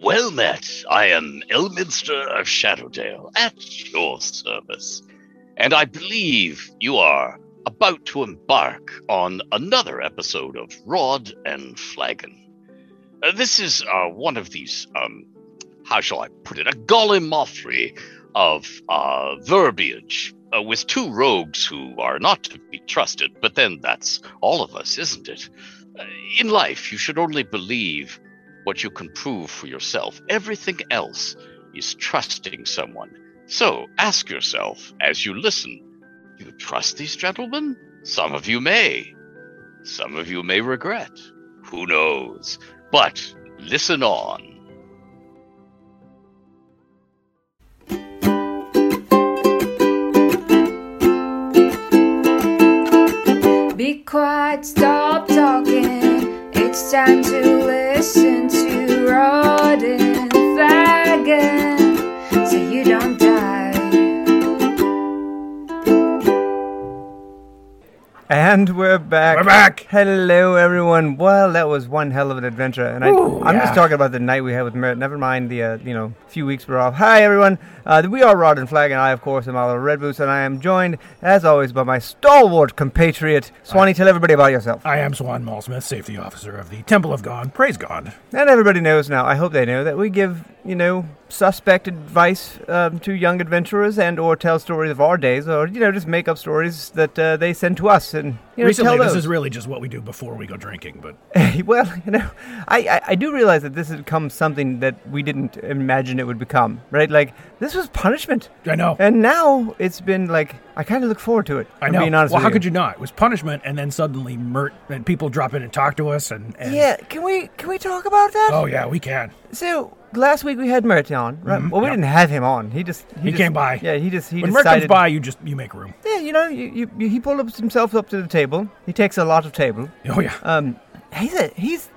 Well met. I am Elminster of Shadowdale at your service. And I believe you are about to embark on another episode of Rod and Flagon. Uh, this is uh, one of these, um, how shall I put it, a gallimaufry of uh, verbiage uh, with two rogues who are not to be trusted, but then that's all of us, isn't it? Uh, in life, you should only believe what you can prove for yourself. Everything else is trusting someone. So ask yourself as you listen do you trust these gentlemen? Some of you may. Some of you may regret. Who knows? But listen on. Be quiet, stop talking. It's time to listen to Rodden Fagin so you don't die. And we're back. We're back. Hello, everyone. Well, that was one hell of an adventure, and I, I'm just yeah. talking about the night we had with Merritt. Never mind the uh, you know few weeks we're off. Hi, everyone. Uh, we are Rod and Flag, and I, of course, am Oliver Red Boots, and I am joined, as always, by my stalwart compatriot Swanee. Tell everybody about yourself, I am Swan Malsmith, safety officer of the Temple of God. Praise God. and everybody knows now. I hope they know that we give you know suspect advice um, to young adventurers and or tell stories of our days, or you know just make up stories that uh, they send to us and you know, Recently, tell this those. is really just what we do before we go drinking, but well, you know, I, I, I do realize that this has become something that we didn't imagine it would become, right? Like, this was punishment. I know. And now it's been like, I kind of look forward to it. Eh, I I'm know. being honest well, with how you. could you not? It was punishment, and then suddenly Mert and people drop in and talk to us, and, and Yeah, can we can we talk about that? oh yeah, we can. So last week we had Mert on, right? Well, we yeah. didn't have him on. He just Mm-hmm. He just- came by. Yeah, he just he when Mert comes decided. by, you just you make room. Yeah, you know, you, you, you, he pulled up himself up to the table. He takes a lot of table. Oh yeah, Um, he's a he's.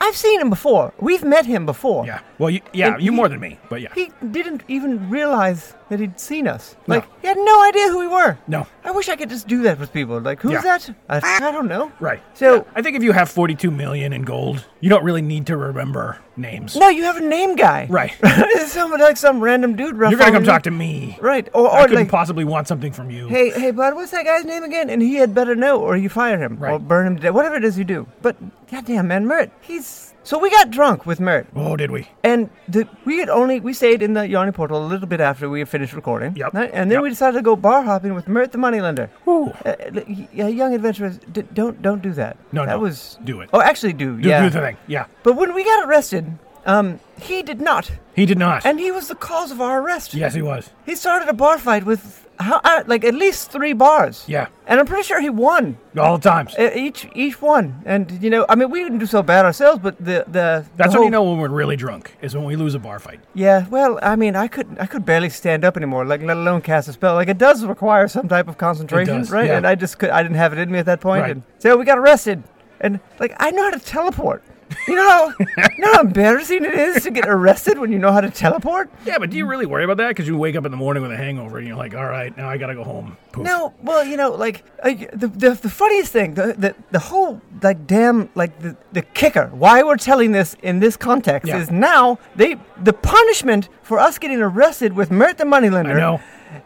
I've seen him before. We've met him before. yeah. Well, you, yeah, and you he- more than me, but yeah. He didn't even realize that he'd seen us. No. Like, he had no idea who we were. No. I wish I could just do that with people. Like, who's Yeah. that? I, I don't know. Right. So- I think if you have 42 million in gold, you don't really need to remember names. No, you have a name guy. Right. It's some, like some random dude. You're gonna come talk to me. Right. Or, or I couldn't like, possibly want something from you. hey, hey, bud, what's that guy's name again? And he had better know, or you fire him, or Right. burn him to death. Whatever it is you do. But goddamn, man, Mert, he's. So we got drunk with Mert. Oh, did we? And the, we had only we stayed in the Yarny portal a little bit after we had finished recording. Yep. Right? And then Yep. we decided to go bar hopping with Mert the Moneylender. Ooh. Uh, l- y- yeah, young adventurers, d- don't don't do that. No, that no. was Do it. Oh, actually, do, Do, yeah. do the thing. Yeah. But when we got arrested, um, he did not, He did not. and he was the cause of our arrest. yes, he was. He started a bar fight with how uh, like at least three bars. Yeah. And I'm pretty sure he won All the times. uh, each each one. And you know, I mean, we didn't do so bad ourselves, but the the the That's when you whole- know when we're really drunk, is when we lose a bar fight. Yeah, well, I mean, I could I could barely stand up anymore, like let alone cast a spell. Like it does require some type of concentration, does, right? yeah. And I just could I didn't have it in me at that point. Right. And so we got arrested, and like I know how to teleport. You know, how, you know how embarrassing it is to get arrested when you know how to teleport. Yeah, but do you really worry about that? Because you wake up in the morning with a hangover and you're like, all right, now I got to go home. Poof. No, well, you know, like I, the, the the funniest thing, the, the the whole like damn like the, the kicker. Why we're telling this in this context Yeah. is now they the punishment for us getting arrested with Mert the moneylender. I know.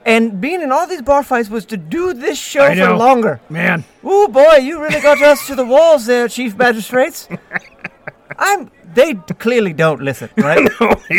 And being in all these bar fights was to do this show I for know. longer. Man. Ooh boy, you really got us to the walls there, chief magistrates. I'm. They clearly don't listen, right?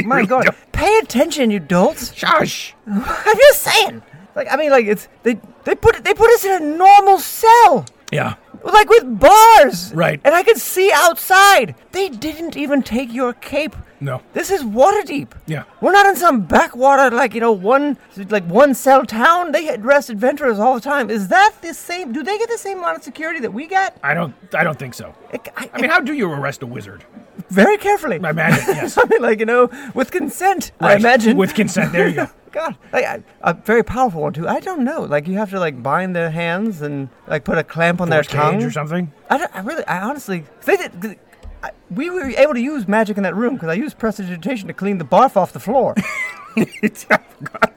My God, pay attention, you dolts. Shush. I'm just saying. Like I mean, like it's they they put they put us in a normal cell, Yeah. like with bars, Right. And I could see outside. They didn't even take your cape. No. This is water deep. Yeah. We're not in some backwater like you know one like one cell town. They arrest adventurers all the time. Is that the same? Do they get the same amount of security that we got? I don't I don't think so. I, I- I mean, how do you arrest a wizard? very carefully. I imagine, yes. I mean, like you know, with consent. I Right. imagine With consent. There you go. God, like, I, a very powerful one too. I don't know. Like you have to like bind their hands and like put a clamp on Or their a cage tongue or something. I, don't, I really, I honestly, they did. th- I, we were able to use magic in that room because I used prestidigitation to clean the barf off the floor.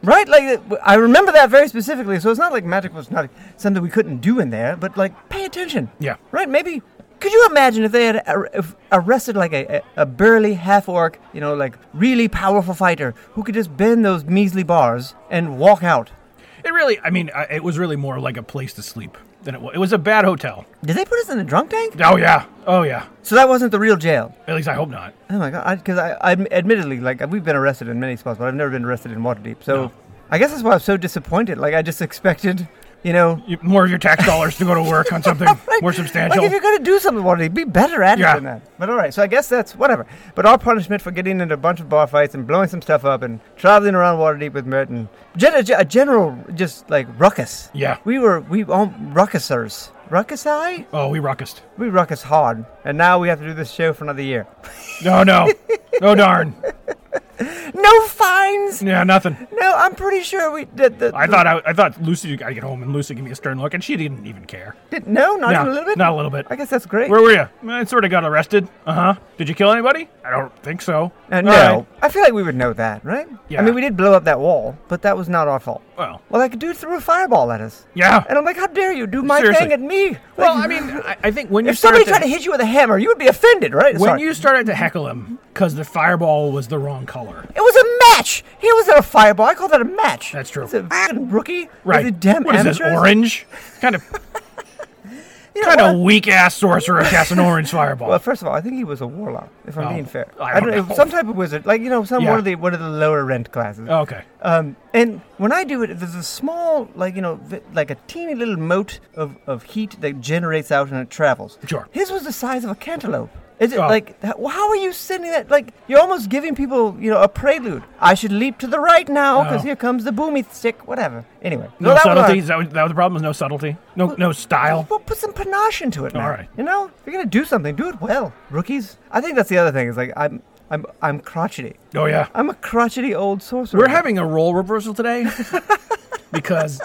right? Like it- I remember that very specifically. So it's not like magic was not something we couldn't do in there, but like pay attention. Yeah. Right? Maybe. Could you imagine if they had ar- if arrested like a, a, a burly half orc, you know, like really powerful fighter who could just bend those measly bars and walk out? It really, I mean, I- it was really more like a place to sleep than it was. It was a bad hotel. Did they put us in a drunk tank? Oh yeah, oh yeah. So that wasn't the real jail. At least I hope not. Oh my god! Because I, I, I'm- admittedly, like we've been arrested in many spots, but I've never been arrested in Waterdeep. So No. I guess that's why I'm so disappointed. Like I just expected, you know, You- More of your tax dollars to go to work on something more substantial. Like if you're gonna do something, Waterdeep, be better at Yeah. it than that. But all right, so I guess that's whatever. But our punishment for getting into a bunch of bar fights and blowing some stuff up and traveling around Waterdeep with Mert and gen- a, a general just like ruckus. Yeah. we were we all ruckusers. Ruckus I? oh, we ruckused. We ruckus hard, and now we have to do this show for another year. No, no, no, darn. No fines. Yeah, nothing. No, I'm pretty sure we did the. I thought I, I thought Lucy. I get home and Lucy gave me a stern look, and she didn't even care. Did, no, not No, even a little bit. Not a little bit. I guess that's great. Where were you? I sort of got arrested. Uh huh. Did you kill anybody? I don't think so. Uh, All no, right. I feel like we would know that, right? Yeah. I mean, we did blow up that wall, but that was not our fault. Well, Well, like a dude threw a fireball at us. yeah. And I'm like, how dare you do my Seriously. thing at me? Well, Like, I mean, I, I think when you if somebody start tried to hit you with a hammer, you would be offended, right? when Sorry. you started to heckle him because the fireball was the wrong color. it was a match. He was at a fireball. I call that a match. That's true. It's a fucking rookie. Right. It's a damn what is this amateurs. orange? Kind of You know kind what? of weak ass sorcerer casts an orange fireball. Well, first of all, I think he was a warlock. If I'm Oh, being fair, I don't know. Some type of wizard, like you know, some Yeah. one of the one of the lower rent classes. Oh, okay. Um, and when I do it, there's a small, like you know, vi- like a teeny little mote of, of heat that generates out and it travels. Sure. His was the size of a cantaloupe. Is it Oh. like h- how are you sending that? Like you're almost giving people, you know, a prelude. I should leap to the right now because Oh. here comes the boomy stick. Whatever. Anyway, No so that was subtlety. our- Is that, what- that was the problem. Was no subtlety. No no style. well, put some panache into it, man. All right. You know, if you're gonna do something, do it well, rookies. I think that's the other thing. Is like I'm, I'm, I'm crotchety. Oh yeah. I'm a crotchety old sorcerer. We're having a role reversal today because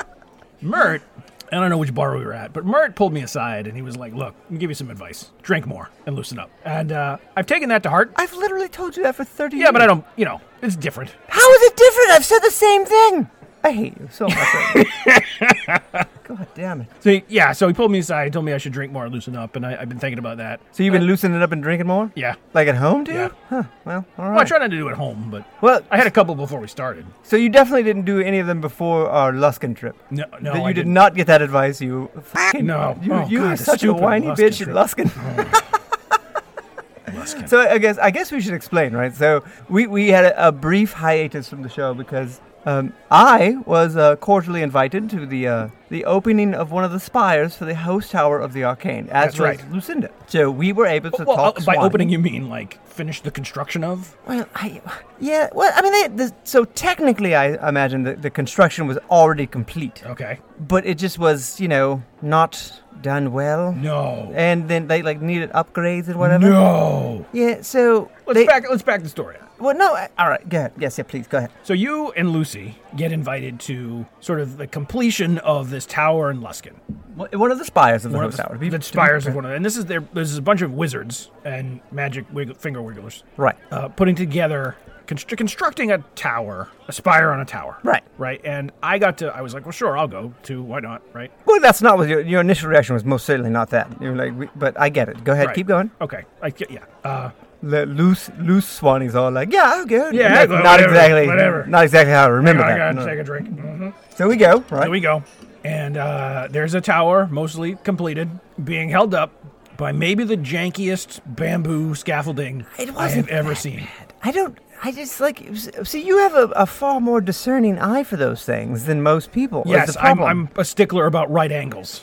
Mert. I don't know which bar we were at, but Mert pulled me aside and he was like, "Look, let me give you some advice. Drink more and loosen up." And uh, I've taken that to heart. I've literally told you that for 30 years. Yeah, but I don't. You know, it's different. How is it different? I've said the same thing. I hate you so much. right now. God damn it. So he- yeah, so he pulled me aside, told me I should drink more, and loosen up, and I, I've been thinking about that. So you've been loosening up and drinking more? Yeah. Like at home, dude? Uh, Yeah. Huh. Well, all Well, I right. try not to do it at home, but Well, I had a couple before we started. so you definitely didn't do any of them before our Luskin trip. No, no, That you I did didn't. not get that advice. You fucking No. You, Oh, you God, were the such a stupid whiny Luskin bitch trip. Oh. in Luskin. Luskin. So I guess I guess we should explain, right? So we we had a, a brief hiatus from the show because um, I was uh, cordially invited to the uh, the opening of one of the spires for the host tower of the arcane, as was That's right. Lucinda. So we were able to well, uh, talk by Swanee. opening, you mean like finish the construction of? Well, I yeah. Well, I mean, they, the, so technically, I imagine the, the construction was already complete, Okay. but it just was you know not done well. No. And then they like needed upgrades and whatever. No. Yeah. So Let's they, back. Let's back the story up. Well, no. I- All right. Go ahead. Yes. Yeah. Please go ahead. So you and Lucy get invited to sort of the completion of this tower in Luskin. One one of the spires of the One host of the, tower. to be- to the be spires fair. of one of them. And this is there. There's a bunch of wizards and magic wiggle, finger wigglers. Right. uh, putting together constr- constructing a tower, a spire on a tower. Right. Right. And I got to. I was like, well, sure, I'll go to. Why not? Right. Well, that's not what your, your initial reaction was. Most certainly not that. You're like, we- but I get it. Go ahead. Right. Keep going. Okay. I ca- yeah. Uh, Le, loose, loose Swanee's all like, yeah, I'll go. Yeah, Like, well, not whatever, exactly. whatever. Not exactly how I remember I that. gotta No. take a drink. Mm-hmm. So we go. Right. There we go. And uh, there's a tower, mostly completed, being held up by maybe the jankiest bamboo scaffolding It I wasn't have ever seen. I don't. I just like it was- see you have a, a far more discerning eye for those things than most people. is Yes, the I'm, problem. I'm a stickler about right angles.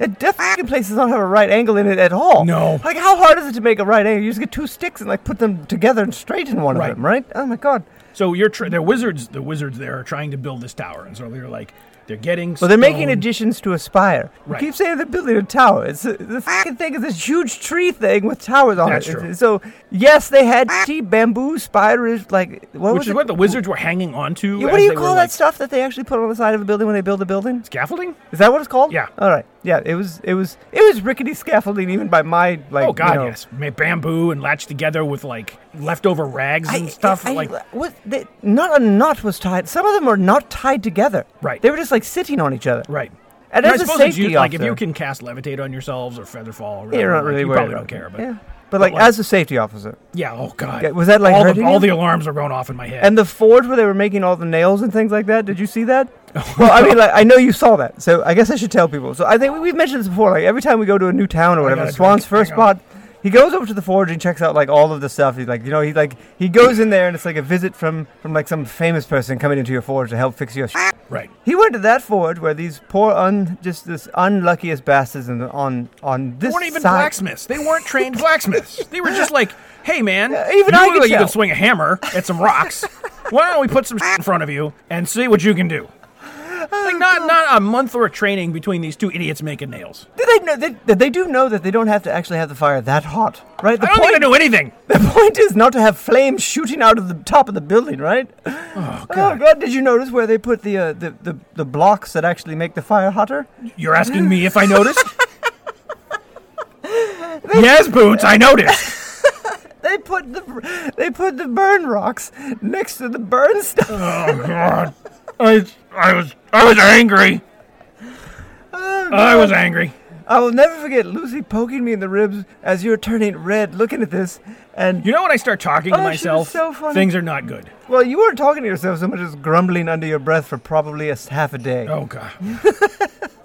It definitely places don't have a right angle in it at all. No. Like how hard is it to make a right angle? You just get two sticks and like put them together and straighten one Right. of them, right? Oh my god. So you're tr- the wizards. The wizards there are trying to build this tower, and so they're like, they're getting. Well, they're making stone- additions to Aspire. Right. You keep saying they're building a tower. It's a, the fucking thing is this huge tree thing with towers on That's it. true. So yes, they had cheap bamboo spiders. Like what which was is it? what the wizards were hanging on to. Yeah, as what do you they were, call that like, stuff that they actually put on the side of a building when they build a building? Scaffolding? Is that what it's called? Yeah. All right. Yeah. It was. It was. It was rickety scaffolding even by my like. Oh God, you know- yes. Ma- Bamboo and latched together with like leftover rags and stuff. I- like what, they, not a knot was tied. Some of them were not tied together. Right. They were just like sitting on each other. right. And I as a suppose it's safety you- like if officer- you can cast levitate on yourselves or feather fall, or Yeah, you're whatever, not like, really you worried. probably about don't it. care. But yeah, yeah, but like like- as a safety officer, oh god, Yeah, was that, like, all the, hurting all you? the alarms are going off in my head? and the forge where they were making all the nails and things like that. Did you see that? Oh, well, I mean, like I know you saw that, so I guess I should tell people. So I think we, we've mentioned this before. Like every time we go to a new town or whatever, gotta Swan's drink. first Oh Hang on. spot. He goes over to the forge and checks out like all of the stuff. He's like, you know, he like he goes in there and it's like a visit from from like some famous person coming into your forge to help fix your. Sh- right. He went to that forge where these poor un just this unluckiest bastards in the, on on this They weren't even side. blacksmiths. They weren't trained blacksmiths. They were just like, hey man, even you I look could like you tell." can swing a hammer at some rocks. Why don't we put some in front of you and see what you can do? Like Oh, not not a month or a training between these two idiots making nails. Did they know they, they do know that they don't have to actually have the fire that hot, right? The I don't point think they do anything. the point is not to have flames shooting out of the top of the building, right? Oh god! Did you notice where they put the, uh, the the the blocks that actually make the fire hotter? You're asking me if I noticed? yes, Boots, I noticed. They put the they put the burn rocks next to the burn stuff. Oh god. I I was I was angry. I was angry. I will never forget Lucy poking me in the ribs as you're turning red, looking at this, and You know when I start talking Oh, to she was myself, so funny. things are not good. well, you weren't talking to yourself so much as grumbling under your breath for probably a s- half a day. Oh god.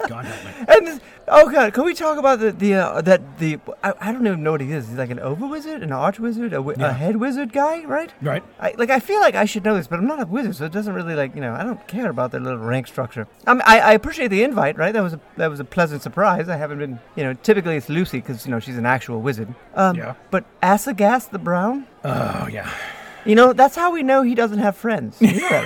god help me. And this, oh god, can we talk about the the uh, that the I, I don't even know what he is. He's like an over wizard, an arch wizard, a, wi- a head wizard guy, right? Right. I, like I feel like I should know this, but I'm not a wizard, so it doesn't really like you know I don't care about their little rank structure. Um, I, I appreciate the invite, right? That was a that was a pleasant surprise. I haven't been you know typically it's Lucy because you know she's an actual wizard. Um, Yeah. But Asagast the Brown, Oh yeah. you know that's how we know he doesn't have friends. You know that,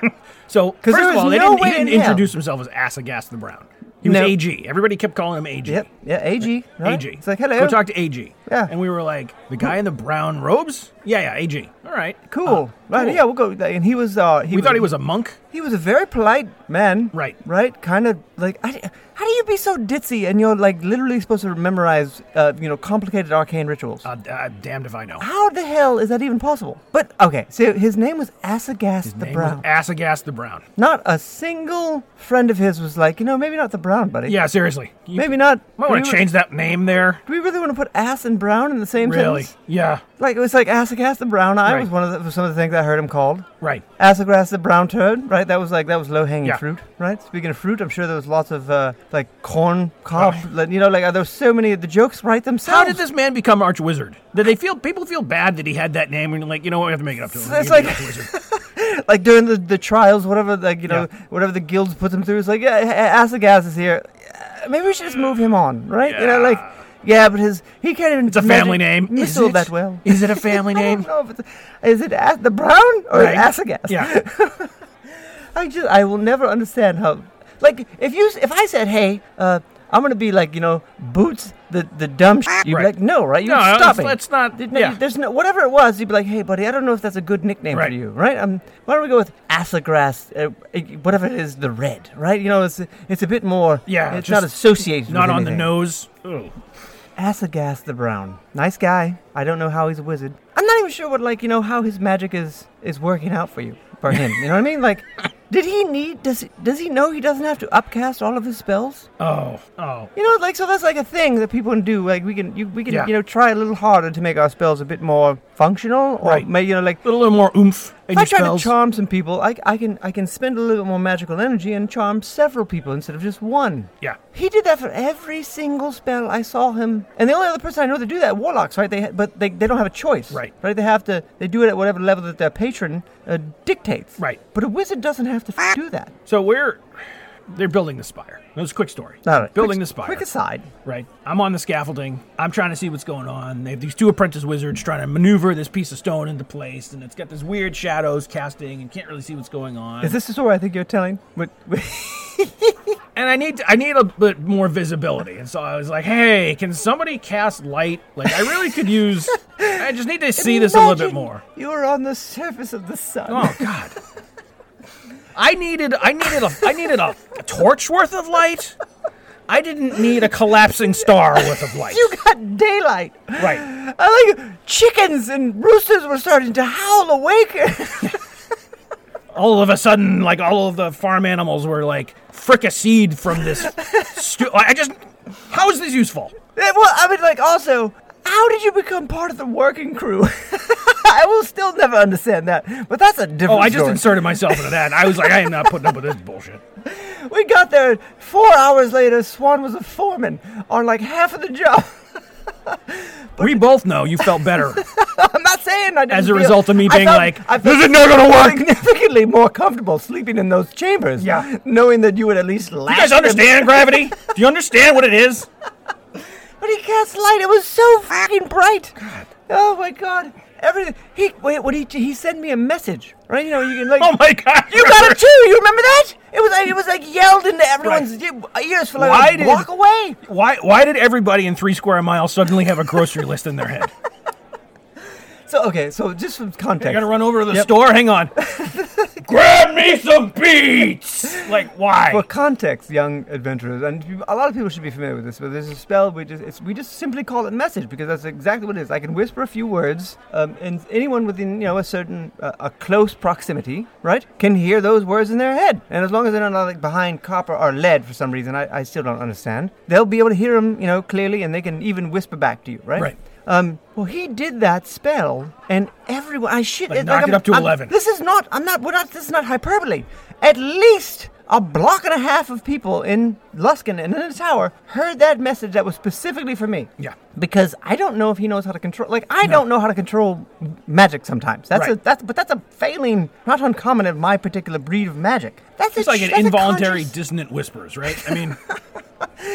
right? So first there of was all, they no didn't, way he didn't in hell. introduce himself as Asagast the Brown. He was No. AG. Everybody kept calling him AG. Yep. Yeah. Ag. Right? AG. It's like hello. Go talk to AG. Yeah. And we were like, the guy in the brown robes? Yeah, yeah, AG. All right. Cool. Uh, Right. cool. Yeah, we'll go. And he was. Uh, he We thought he was a monk. He was a very polite man. Right. Right. Kind of like, I, how do you be so ditzy and you're like literally supposed to memorize, uh, you know, complicated arcane rituals? Uh, d- uh, damned if I know. how the hell is that even possible? But okay, so his name was Asagast the Name was Brown. Asagast the Brown. not a single friend of his was like, you know, maybe not the Brown, buddy. Yeah, seriously. You Maybe not. might Do want to we- change that name there. Do we really want to put ass and brown in the same Really? sentence? Yeah. Like it was like Asagast the Brown Eye Right. was one of the, was some of the things I heard him called. Right. Assegrass the brown turd, right? That was like that was low hanging Yeah. fruit, right? Speaking of fruit, I'm sure there was lots of uh, like corn cob, like, you know, like uh, there was so many of the jokes right themselves. Oh. How did this man become Arch Wizard? Did they feel people feel bad that he had that name and like you know what we have to make it up to him? It's He can be like- Archwizard. like during the, the trials, whatever, like you know, Yeah. whatever the guilds puts him through, it's like yeah, Assegrass is here. Uh, Maybe we should just move him on, right? You know, like Yeah. yeah, but his he can't even. It's a family name. Is Missile it? that well. Is it a family I name? don't know if it's, is it As- the brown or Right. Assegrass? Yeah. I just I will never understand how like if you if I said hey uh I'm gonna be like you know boots the the dumb sh-, you'd Right. be like no right you No, stop let's- it let's not- There's no- yeah. there's no whatever it was you'd be like hey buddy I don't know if that's a good nickname Right. for you right um why don't we go with Assegrass uh, uh, whatever it is the red right you know it's it's a bit more Yeah, it's not just associated Not with on the anything. nose. Ugh. Assegas the Brown. Nice guy. I don't know how he's a wizard. I'm not even sure what like, you know, how his magic is is working out for you for him. You know what I mean? Like did he need does does he know he doesn't have to upcast all of his spells? Oh, oh. You know, like so that's like a thing that people can do. Like we can you, we can Yeah. you know try a little harder to make our spells a bit more functional or Right. may, you know like A little, little more oomph in if I your try spells. to charm some people, I, I can I can spend a little bit more magical energy and charm several people instead of just one. yeah. He did that for every single spell I saw him. And the only other person I know that do that, warlocks, right? They ha- but they, they don't have a choice, Right. Right? They have to they do it at whatever level that their patron uh, dictates, Right. But a wizard doesn't have to f- do that. So we're they're building the spire. That was a quick story. All right, Ah. building quick- the spire. Quick aside. right? I'm on the scaffolding. I'm trying to see what's going on. They have these two apprentice wizards trying to maneuver this piece of stone into place, and it's got this weird shadows casting, and can't really see what's going on. Is this the story I think you're telling? What, and I need I need a bit more visibility. And so I was like, "Hey, can somebody cast light? Like, I really could use. I just need to see this a little bit more." You are on the surface of the sun. Oh God. I needed I needed a I needed a, a torch worth of light. I didn't need a collapsing star worth of light. You got daylight. right. Eh, I like chickens and roosters were starting to howl awake. all of a sudden, like all of the farm animals were like fricasseed from this. Stu- I just, how is this useful? Eh, Well, I mean, like, also, how did you become part of the working crew? I will still never understand that, but that's a different Oh, I just story. inserted myself into that. And I was like, I am not putting up with this bullshit. we got there four hours later. Swan was a foreman on like half of the job. we both know you felt better. I'm not saying I didn't As a feel- result of me I being felt- like, I felt "This is not gonna work." Significantly more comfortable sleeping in those chambers. Yeah. knowing that you would at least You laugh. guys understand gravity? Do you understand what it is? But he cast light. It was so fucking bright. Oh my god. Everything. He wait. What he he sent me a message, right? You know you can like. Oh my god! You got it too. You remember that? It was like- it was like yelled into everyone's Right. e- ears for like Why a did- block away. Why? Why did everybody in three square miles suddenly have a grocery list in their head? So okay, so just some I gotta context. run over to the store. Hang on. Grab me some beets. Like why? For context, young adventurers, and you- a lot of people should be familiar with this, but there's a spell we just it's, we just simply call it message because that's exactly what it is. I can whisper a few words, um, and anyone within you know a certain uh, a close proximity, right, can hear those words in their head. And as long as they're not like behind copper or lead for some reason, I, I still don't understand. They'll be able to hear them, you know, clearly, and they can even whisper back to you, right? Right. Um, well, he did that spell, and everyone. I shit. Like, knock it I'm- up to I'm- 11. This is not. I'm not. We're not. This is not hyperbole. At least a block and a half of people in Luskin and in the tower heard that message that was specifically for me. Yeah. Because I don't know if he knows how to control. Like I don't know how to control magic sometimes. That's a Right. that's but that's a failing, not uncommon of my particular breed of magic. That's It's a, like ch- an that's a involuntary conscious- dissonant whispers, right? I mean,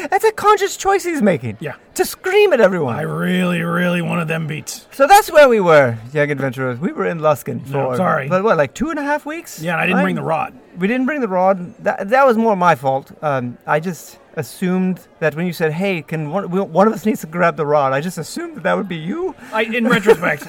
that's a conscious choice he's making. Yeah. To scream at everyone. I really, really wanted them beets. So that's where we were, young adventurers. We were in Luskin for sorry. but what, like two and a half weeks? Yeah, and I didn't Right? bring the rod. We didn't bring the rod. That that was more my fault. Um, I just assumed that when you said, "Hey, can one, we- one of us needs to grab the rod?" I just assumed that that would be you. I, in retrospect,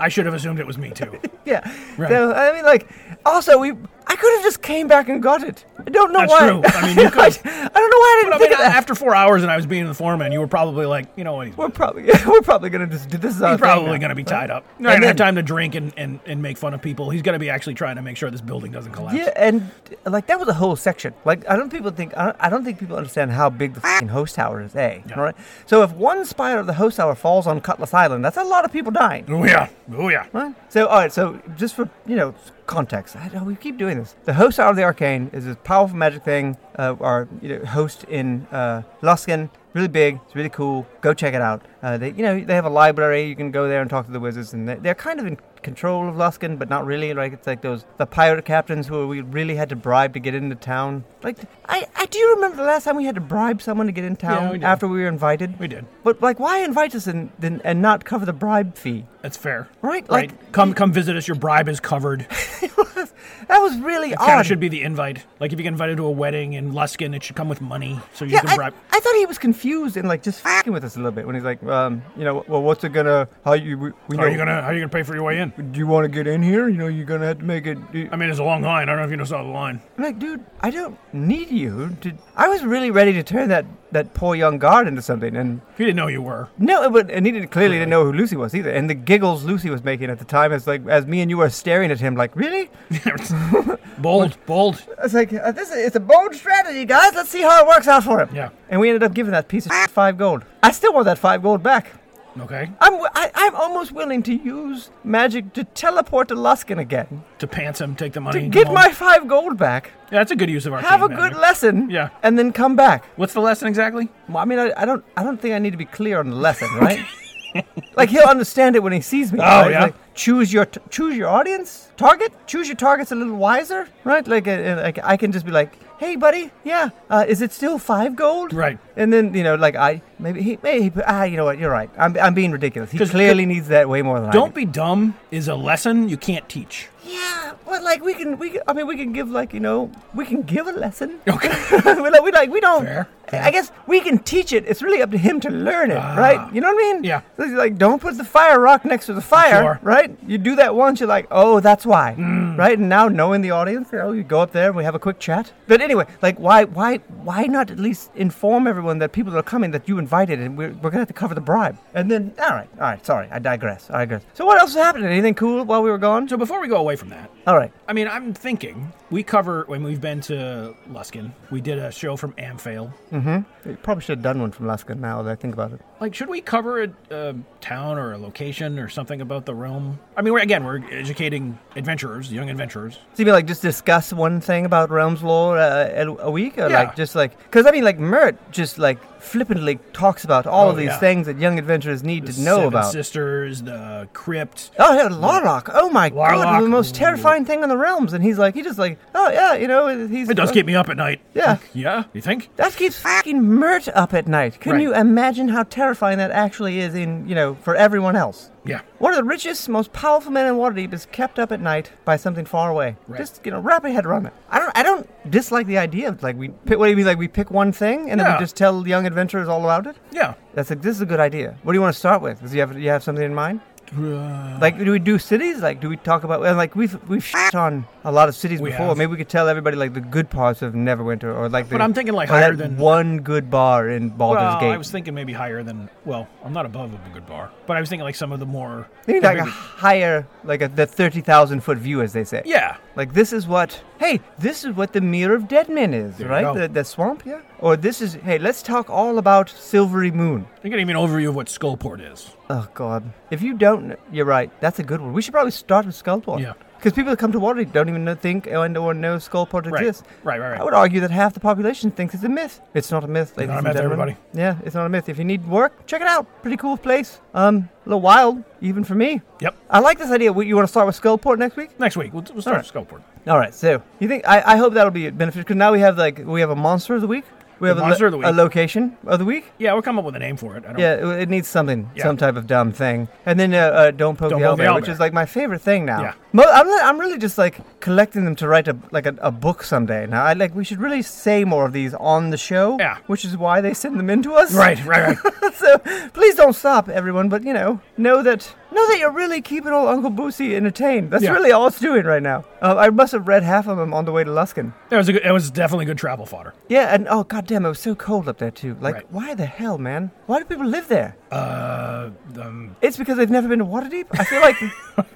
I should have assumed it was me too. Yeah. Right. So, I mean, like, also we. I could have just came back and got it. I don't know That's why. true. I mean, you could. I, don't know why I didn't But I think mean, of that. after four hours and I was being the foreman, you were probably like, you know what? He's, we're probably we're probably gonna just do this. Is he's probably going to be tied up. You're not And going to have then- time to drink and, and, and make fun of people. He's going to be actually trying to make sure this building doesn't collapse. Yeah, and like that was a whole section. Like I don't people think I don't, I don't think people understand how big the fucking host tower is. A all right. So if one spider of the host tower falls on Cutlass Island, that's a lot of people dying. Oh yeah. Oh yeah. Right? So all right. So just for you know context, I, oh, we keep doing this. The host tower of the arcane is this powerful magic thing. Uh, our you know, host in uh, Luskin. Really big, it's really cool. Go check it out. Uh, they, you know, they have a library. You can go there and talk to the wizards, and they- they're kind of in control of Luskin, but not really. Like it's like those the pirate captains who we really had to bribe to get into town. Like I, I do remember the last time we had to bribe someone to get in Yeah, we town did. after we were invited. We did. But like, why invite us and then and not cover the bribe fee? That's fair. Right, Right. like- come come visit us. Your bribe is covered. That was really Kind odd. of should be the invite. Like if you get invited to a wedding in Luskin, it should come with money, so you yeah, can I, bribe. I thought he was confused and like just fucking with us a little bit when he's like, um, you know, well, what's it gonna? How you? We, we How know, are you gonna How are you gonna pay for your way in? Do you want to get in here? You know, you're gonna have to make it. do- I mean, it's a long line. I don't know if you know saw the line. I'm like, dude, I don't need you. To, I was really ready to turn that that poor young guard into something, and He didn't know you were. no, it, would, and he didn't, clearly didn't know who Lucy was either. And the giggles Lucy was making at the time, as like as me and you were staring at him, like, really? bold, bold. It's like uh, this. Is, it's a bold strategy, guys. Let's see how it works out for him. Yeah. And we ended up giving that piece of shit five gold. I still want that five gold back. Okay. I'm wi- I, I'm almost willing to use magic to teleport to Luskin again To pants him, take the money. to and get come my home. five gold back, Yeah, that's a good use of our. have a good lesson, Yeah. and then come back. What's the lesson exactly? Well, I mean, I, I don't I don't think I need to be clear on the lesson, right? like he'll understand it when he sees me. Oh yeah? Like, choose your t- choose your audience, target. Choose your targets a little wiser, right? Like, uh, uh, like I can just be like, hey, buddy, yeah, uh, is it still five gold? Right. And then you know, like I maybe he maybe he- ah, you know what? You're right. I'm I'm being ridiculous. He 'Cause- clearly needs that way more than I do. Don't be dumb is a lesson you can't teach. Yeah, well, like we can, we can, I mean, we can give like you know, we can give a lesson. Okay. we like we like we don't. Fair, fair. I guess we can teach it. It's really up to him to learn it, right? You know what I mean? Ah. Yeah. So it's like, don't put the fire rock next to the fire, Sure. right? You do that once, you're like, oh, that's why. Mm. right? And now knowing the audience, you know, you go up there and we have a quick chat. But anyway, like why, why, why not at least inform everyone that people are coming that you invited, and we're, we're gonna have to cover the bribe. And then, all right, all right, sorry, I digress, I digress. So what else was happening? Anything cool while we were gone? So before we go away from that, All right, I mean, I'm thinking we cover when we've been to Luskin. We did a show from Amphale. We probably should have done one from Laskin. Now that I think about it, Like, should we cover a, a town or a location or something about the realm? I mean, we're again, we're educating adventurers, young adventurers. so you mean like just discuss one thing about realms lore uh, a- a week, or Yeah. like just like because I mean like Mert just like flippantly talks about all Oh, of these yeah. things that young adventurers need to know Seven about. sisters, the crypt. Oh yeah, Larlock. Oh my god, Larlock. the most terrifying thing in the realms. And he's like, he just like, oh yeah, you know, he's. It does keep me up at night. Yeah. Yeah, you think? That keeps fucking Mert up at night. Can Right. you imagine how terrifying that actually is in you know for everyone else? Yeah. One of the richest, most powerful men in Waterdeep is kept up at night by something far away. Right. Just you know, wrap your head around that. I don't, I don't dislike the idea of like we pick. What do you mean, like we pick one thing and then Yeah. we just tell young adventurers all about it? Yeah. That's like this is a good idea. What do you want to start with? Does you have you have something in mind? Uh, Like, do we do cities? Like, do we talk about? well, Like, we've we've shit on a lot of cities We before. have. Maybe we could tell everybody like the good parts of Neverwinter, or like. But the- I'm thinking, like, or that higher than- one good bar in Baldur's well, Gate. I was thinking maybe higher than. Well, I'm not above a good bar, but I was thinking like some of the more. Maybe like a higher, like a, the thirty thousand foot view, as they say. yeah. Like this is what. Hey, this is what the Mirror of Dead Men is, There you right? go. The the swamp, yeah. Or this is. Hey, let's talk all about Silvery Moon. I'm getting an overview of what Skullport is. Oh God! If you don't, kn- you're right. That's a good one. We should probably start with Skullport. Yeah. Because people that come to Waterdeep don't even know, think oh, and or know Skullport Right. exists. Right, right, right. I would argue that half the population thinks it's a myth. It's not a myth, ladies not a and myth, gentlemen. everybody. Yeah, it's not a myth. If you need work, check it out. Pretty cool place. Um, a little wild, even for me. Yep. I like this idea. Wait, You want to start with Skullport next week? Next week we'll, we'll start with Skullport. All right. So you think I, I hope that'll be beneficial because now we have like we have a monster of the week. We have a, monster of the a week. location of the week. Yeah, we'll come up with a name for it. I don't, Yeah, it it needs something, Yeah. some type of dumb thing. And then uh, uh, don't poke Don't the Poke owlbear, the which Owlbear. is like my favorite thing now. Yeah. Mo- I'm, li- I'm really just like collecting them to write a like a, a book someday. Now, I like we should really say more of these on the show. Yeah. Which is why they send them in to us. Right, right, right. so please don't stop, everyone. But you know, know that know that you're really keeping old Uncle Boosie entertained. That's Yeah. really all it's doing right now. Uh, I must have read half of them on the way to Luskin. that was a good, that was definitely good travel fodder. Yeah, and oh goddamn, it was so cold up there too. Like, Right. why the hell, man? Why do people live there? Uh, um, It's because they've never been to Waterdeep. I feel like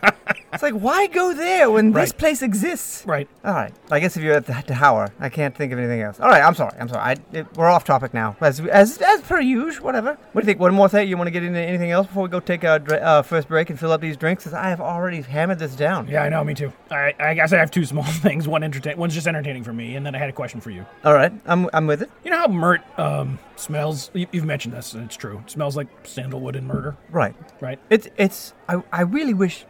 it's like why go there when this Right. place exists? right. All right. I guess if you're at the, the Howard, I can't think of anything else. All right. I'm sorry. I'm sorry. I, it, we're off topic now, as as as per usual. Whatever. What do you think? One more thing. You want to get into anything else before we go take our dr- uh, first break and fill up these drinks? Because I have already hammered this down. Yeah, I know. Me too. I, I guess I have two small things. One entertain. One's just entertaining for me, and then I had a question for you. All right. I'm I'm with it. You know how Mert um, smells? You, you've mentioned this, and it's true. It smells like sandalwood and murder, Right. right? It's it's I, I really wish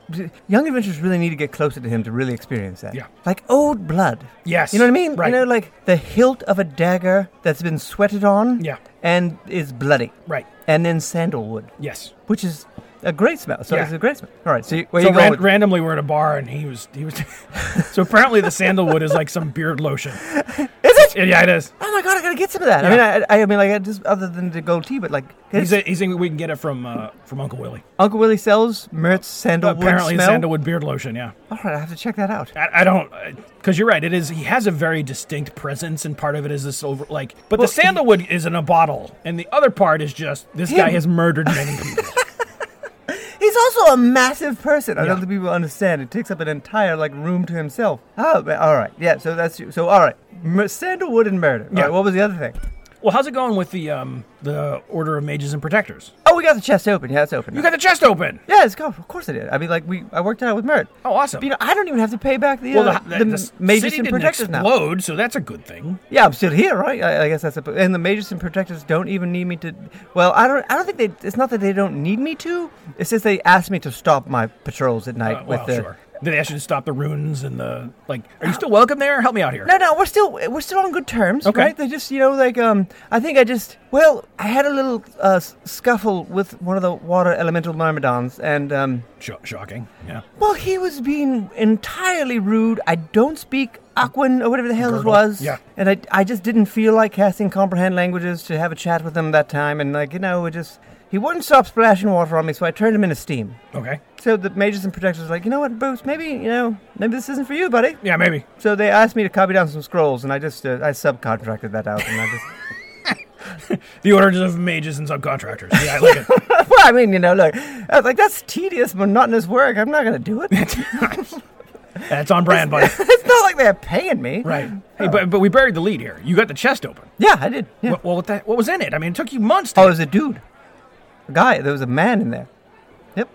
young adventurers really need to get closer to him to really experience that. Yeah. Like old blood. Yes. You know what I mean? Right. You know like the hilt of a dagger that's been sweated on Yeah. and is bloody. Right. And then sandalwood, Yes. which is a great smell. So Yeah. it's a great smell. All right. So you, where So you going ran- with randomly, we're at a bar, and he was he was. so apparently, the sandalwood is like some beard lotion. Is it? Yeah, it is. Oh my god, I got to get some of that. Yeah. I mean I, I mean like I just other than the gold tea but like He's, he's saying we can get it from uh, from Uncle Willie. Uncle Willie sells Mert's sandalwood Apparently, smell. sandalwood beard lotion. Yeah. All right, I have to check that out. I, I don't, because you're right. It is. He has a very distinct presence, and part of it is this over, like. But Well, the sandalwood is in a bottle, and the other part is just this guy Him. has murdered many people. He's also a massive person. I Yeah. don't think people understand. It takes up an entire like room to himself. Oh, but- all right. Yeah. So that's so. All right. M- sandalwood and murder. All Yeah. right, what was the other thing? well, how's it going with the um the Order of Mages and Protectors? Oh, we got the chest open. Yeah, it's open. You now. got the chest open. yeah, it's gone. Of course I did. I mean, like we, I worked it out with Mert. Oh, awesome. You know, I don't even have to pay back the uh, the, s- mages city and didn't protectors now. explode, so that's a good thing. Yeah, I'm still here, right? I, I guess that's a, and the mages and protectors don't even need me to. Well, I don't. I don't think they. It's not that they don't need me to. It's just they asked me to stop my patrols at night Uh, with well, the sure. Did they ask you to stop the runes and the like? Are you still welcome there? Help me out here. No, no, we're still we're still on good terms, Okay. right? They just, you know, like um, I think I just well, I had a little uh, s- scuffle with one of the water elemental myrmidons, and um, Sho- shocking. Yeah. well, he was being entirely rude. I don't speak Aquan or whatever the hell it Gurgle. was, Yeah. and I I just didn't feel like casting comprehend languages to have a chat with him that time, and like you know, it just. He wouldn't stop splashing water on me, so I turned him into steam. Okay. So the mages and protectors were like, you know what, Bruce, maybe, you know, maybe this isn't for you, buddy. Yeah, maybe. So they asked me to copy down some scrolls, and I just, uh, I subcontracted that out. And I just, The orders of mages and subcontractors. Yeah, I like it. well, I mean, you know, look, I was like, that's tedious, monotonous work. I'm not going to do it. it's That's on brand, buddy. not like they're paying me. Right. Hey, but, but we buried the lead here. You got the chest open. Yeah, I did. Yeah. What, well, what, the, what was in it? I mean, it took you months to. Oh, it was a dude. A guy. There was a man in there. Yep.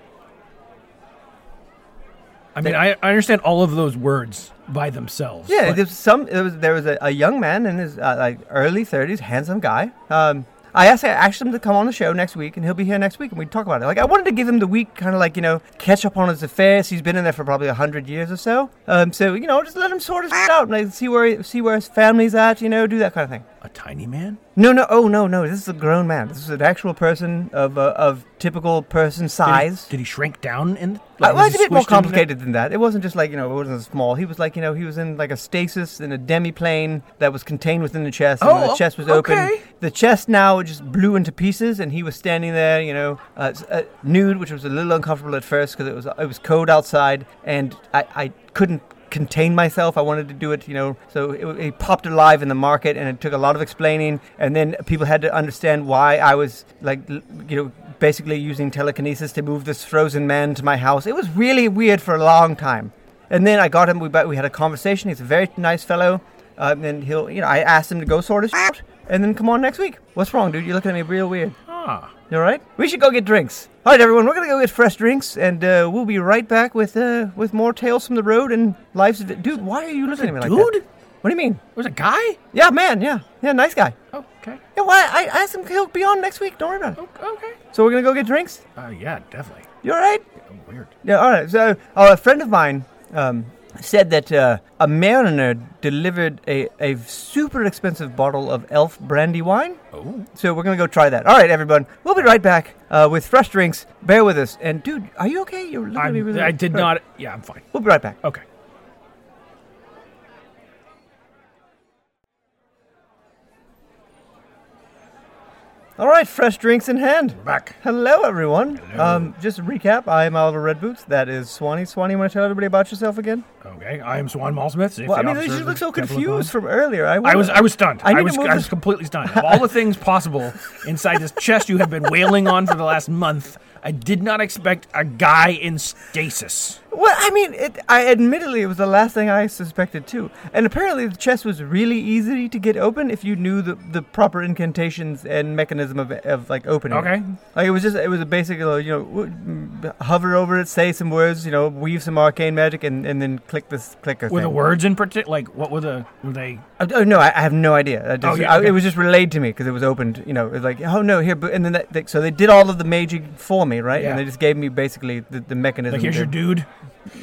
I mean, I, I understand all of those words by themselves. Yeah, but- there was some. There was there was a, a young man in his uh, like early thirties, handsome guy. Um, I asked I asked him to come on the show next week, and he'll be here next week, and we talk about it. Like I wanted to give him the week, kind of like you know, catch up on his affairs. He's been in there for probably hundred years or so. Um, so you know, just let him sort his shit out, and like, see where he, see where his family's at. You know, do that kind of thing. a tiny man? No, no, oh no, no. This is a grown man. This is an actual person of uh, of typical person size. Did he shrink down in? Uh, well, was it's a he bit more squished into there? complicated than that. It wasn't just like, you know, it wasn't small. He was like, you know, he was in like a stasis in a demi-plane that was contained within the chest. And when Oh, the chest was okay. open. The chest now just blew into pieces, and he was standing there, you know, uh, s- uh, nude, which was a little uncomfortable at first because it was it was cold outside, and I, I couldn't contain myself. I wanted to do it, you know, so it, it popped alive in the market, and it took a lot of explaining, and then people had to understand why I was like, l- you know. Basically, using telekinesis to move this frozen man to my house. It was really weird for a long time. And then I got him. We bu- we had a conversation. He's a very nice fellow. Um, and he'll, you know, I asked him to go sort his shit out and then come on next week. What's wrong, dude? You're looking at me real weird. Ah, You all right? We should go get drinks. All right, everyone, we're gonna go get fresh drinks, and uh, we'll be right back with uh, with more tales from the road and lives. Of dude, why are you looking at me like that? dude? what do you mean? was a guy? Yeah, man, yeah, yeah, nice guy. Okay. Yeah, why? I I asked him he'll be on next week. Don't worry about it. Okay. So we're gonna go get drinks. Uh, yeah, definitely. Oh, You all right? Weird. Yeah, all right. So uh, a friend of mine um, said that uh, a mariner delivered a, a super expensive bottle of elf brandy wine. Oh. So we're going to go try that. All right, everyone. We'll be right back uh, with fresh drinks. Bear with us. And, dude, are you okay? You're looking at me I'm, really I did all right, not. Yeah, I'm fine. We'll be right back. Okay. All right, fresh drinks in hand. Back. Hello, everyone. Um, just to recap, I'm Oliver Red Boots. That is Swanee. Swanee, want to tell everybody about yourself again? Okay. I am Swan Malsmith. safety Well, I mean, officer you of look the so Capitol Hill confused Police. from earlier. I, I was I was stunned. I need I, to was move I was this- completely stunned. Of all the things possible inside this chest you have been wailing on for the last month, I did not expect a guy in stasis. Well, I mean, it, I admittedly it was the last thing I suspected too, and apparently the chest was really easy to get open if you knew the, the proper incantations and mechanism of, of like opening. it. Okay. like it was just it was a basic uh, you know w- m- hover over it, say some words, you know, weave some arcane magic, and, and then click this clicker. Were thing. the words in particular like what were the were they Oh, oh, no, I, I have no idea. I just, Oh, yeah, I- okay. It was just relayed to me because it was opened. You know, it was like, oh no, here, but, and then that, they, so they did all of the magic for me, right? Yeah. And they just gave me basically the, the mechanism. like here's to- your dude?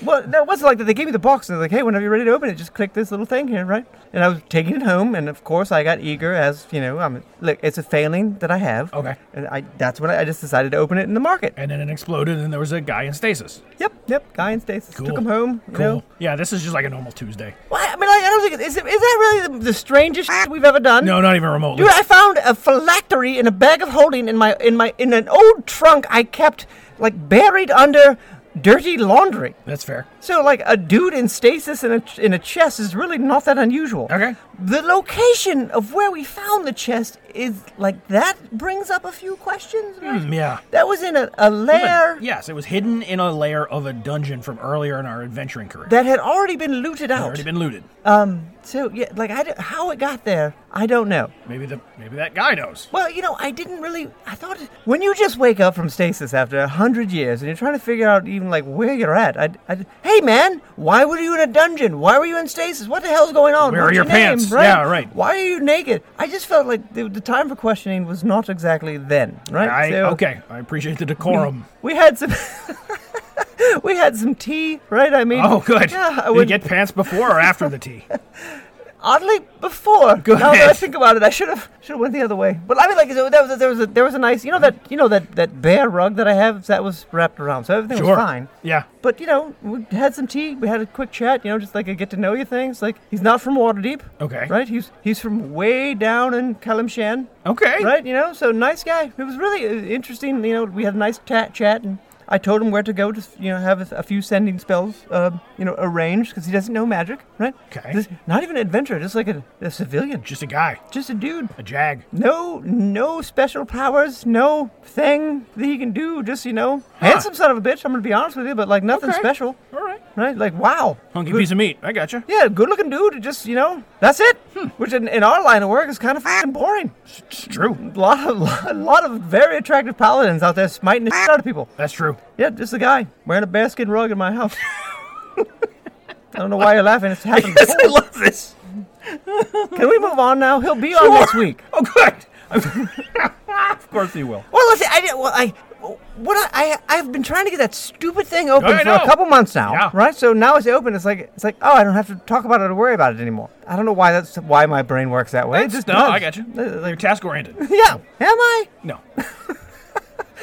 Well, no, it wasn't like that. They gave me the box and they're like, "Hey, whenever you're ready to open it, just click this little thing here, right?" And I was taking it home, and of course, I got eager as you know. I'm look, it's a failing that I have. Okay. Eh. And I that's when I, I just decided to open it in the market. And then it exploded and there was a guy in stasis. Yep, yep. Guy in stasis Cool. took him home. You Cool. Know? Yeah, this is just like a normal Tuesday. Well, I mean, like, I don't think it's, is, it, is that really the, the strangest shit we've ever done? No, not even remotely. Dude, I found a phylactery in a bag of holding in my in my in an old trunk I kept like buried under dirty laundry. That's fair. So, like, a dude in stasis in a, in a chest is really not that unusual. Okay. The location of where we found the chest is, like, that brings up a few questions. right? Hmm, yeah. That was in a, a lair Yes, it was hidden in a layer of a dungeon from earlier in our adventuring career. that had already been looted out. already been looted. um, so, yeah, like, I don't- how it got there, I don't know. Maybe the maybe that guy knows. Well, you know, I didn't really. I thought when you just wake up from stasis after a hundred years and you're trying to figure out even like where you're at. I, I, hey man, why were you in a dungeon? Why were you in stasis? What the hell's going on? Where are What's your name, pants? Yeah, right. Why are you naked? I just felt like the, the time for questioning was not exactly then, right? I, So- okay, I appreciate the decorum. we had some. we had some tea, right? I mean, Oh, good. Yeah, I Did you would. get pants before or after the tea? Oddly, before. Go now that I ahead. think about it, I should have should have went the other way. But I mean, like so that was there was a, there was a nice you know that you know that that bear rug that I have that was wrapped around, so everything Sure. was fine. Yeah. But you know, we had some tea. We had a quick chat. You know, just like a get to know you thing. It's like he's not from Waterdeep. Okay. Right? He's he's from way down in Kalimshan. Okay. Right? You know, so nice guy. It was really uh, interesting. You know, we had a nice chat chat, and I told him where to go to, you know, have a, a few sending spells, uh, you know, arranged because he doesn't know magic. Right? Okay. This- not even an adventurer. Just like a, a civilian. Just a guy, Just a dude. a jag. No, no special powers, no thing that he can do. Just you know, handsome son of a bitch. I'm gonna be honest with you, but like nothing Okay. special, All right. right? Like wow, Hunky Good- piece of meat. I gotcha. Yeah, good looking dude. Just you know, that's it. Hmm. Which in, in our line of work is kind of fucking boring. It's true. A lot of a lot of very attractive paladins out there smiting the shit out of people. That's true. Yeah, just a guy wearing a bearskin rug in my house. I don't know why you're laughing. It's happened. Yes, I before. love this. Can we move on now? He'll be on this week. Oh, good. of course you will. Well, listen, I did Well, I. What I, I I've been trying to get that stupid thing open I for know. a couple months now, Yeah. right? So now it's open. It's like it's like oh, I don't have to talk about it or worry about it anymore. I don't know why that's why my brain works that way. It just no, does. I got you. Uh, You're Like, task oriented. yeah, am I? No.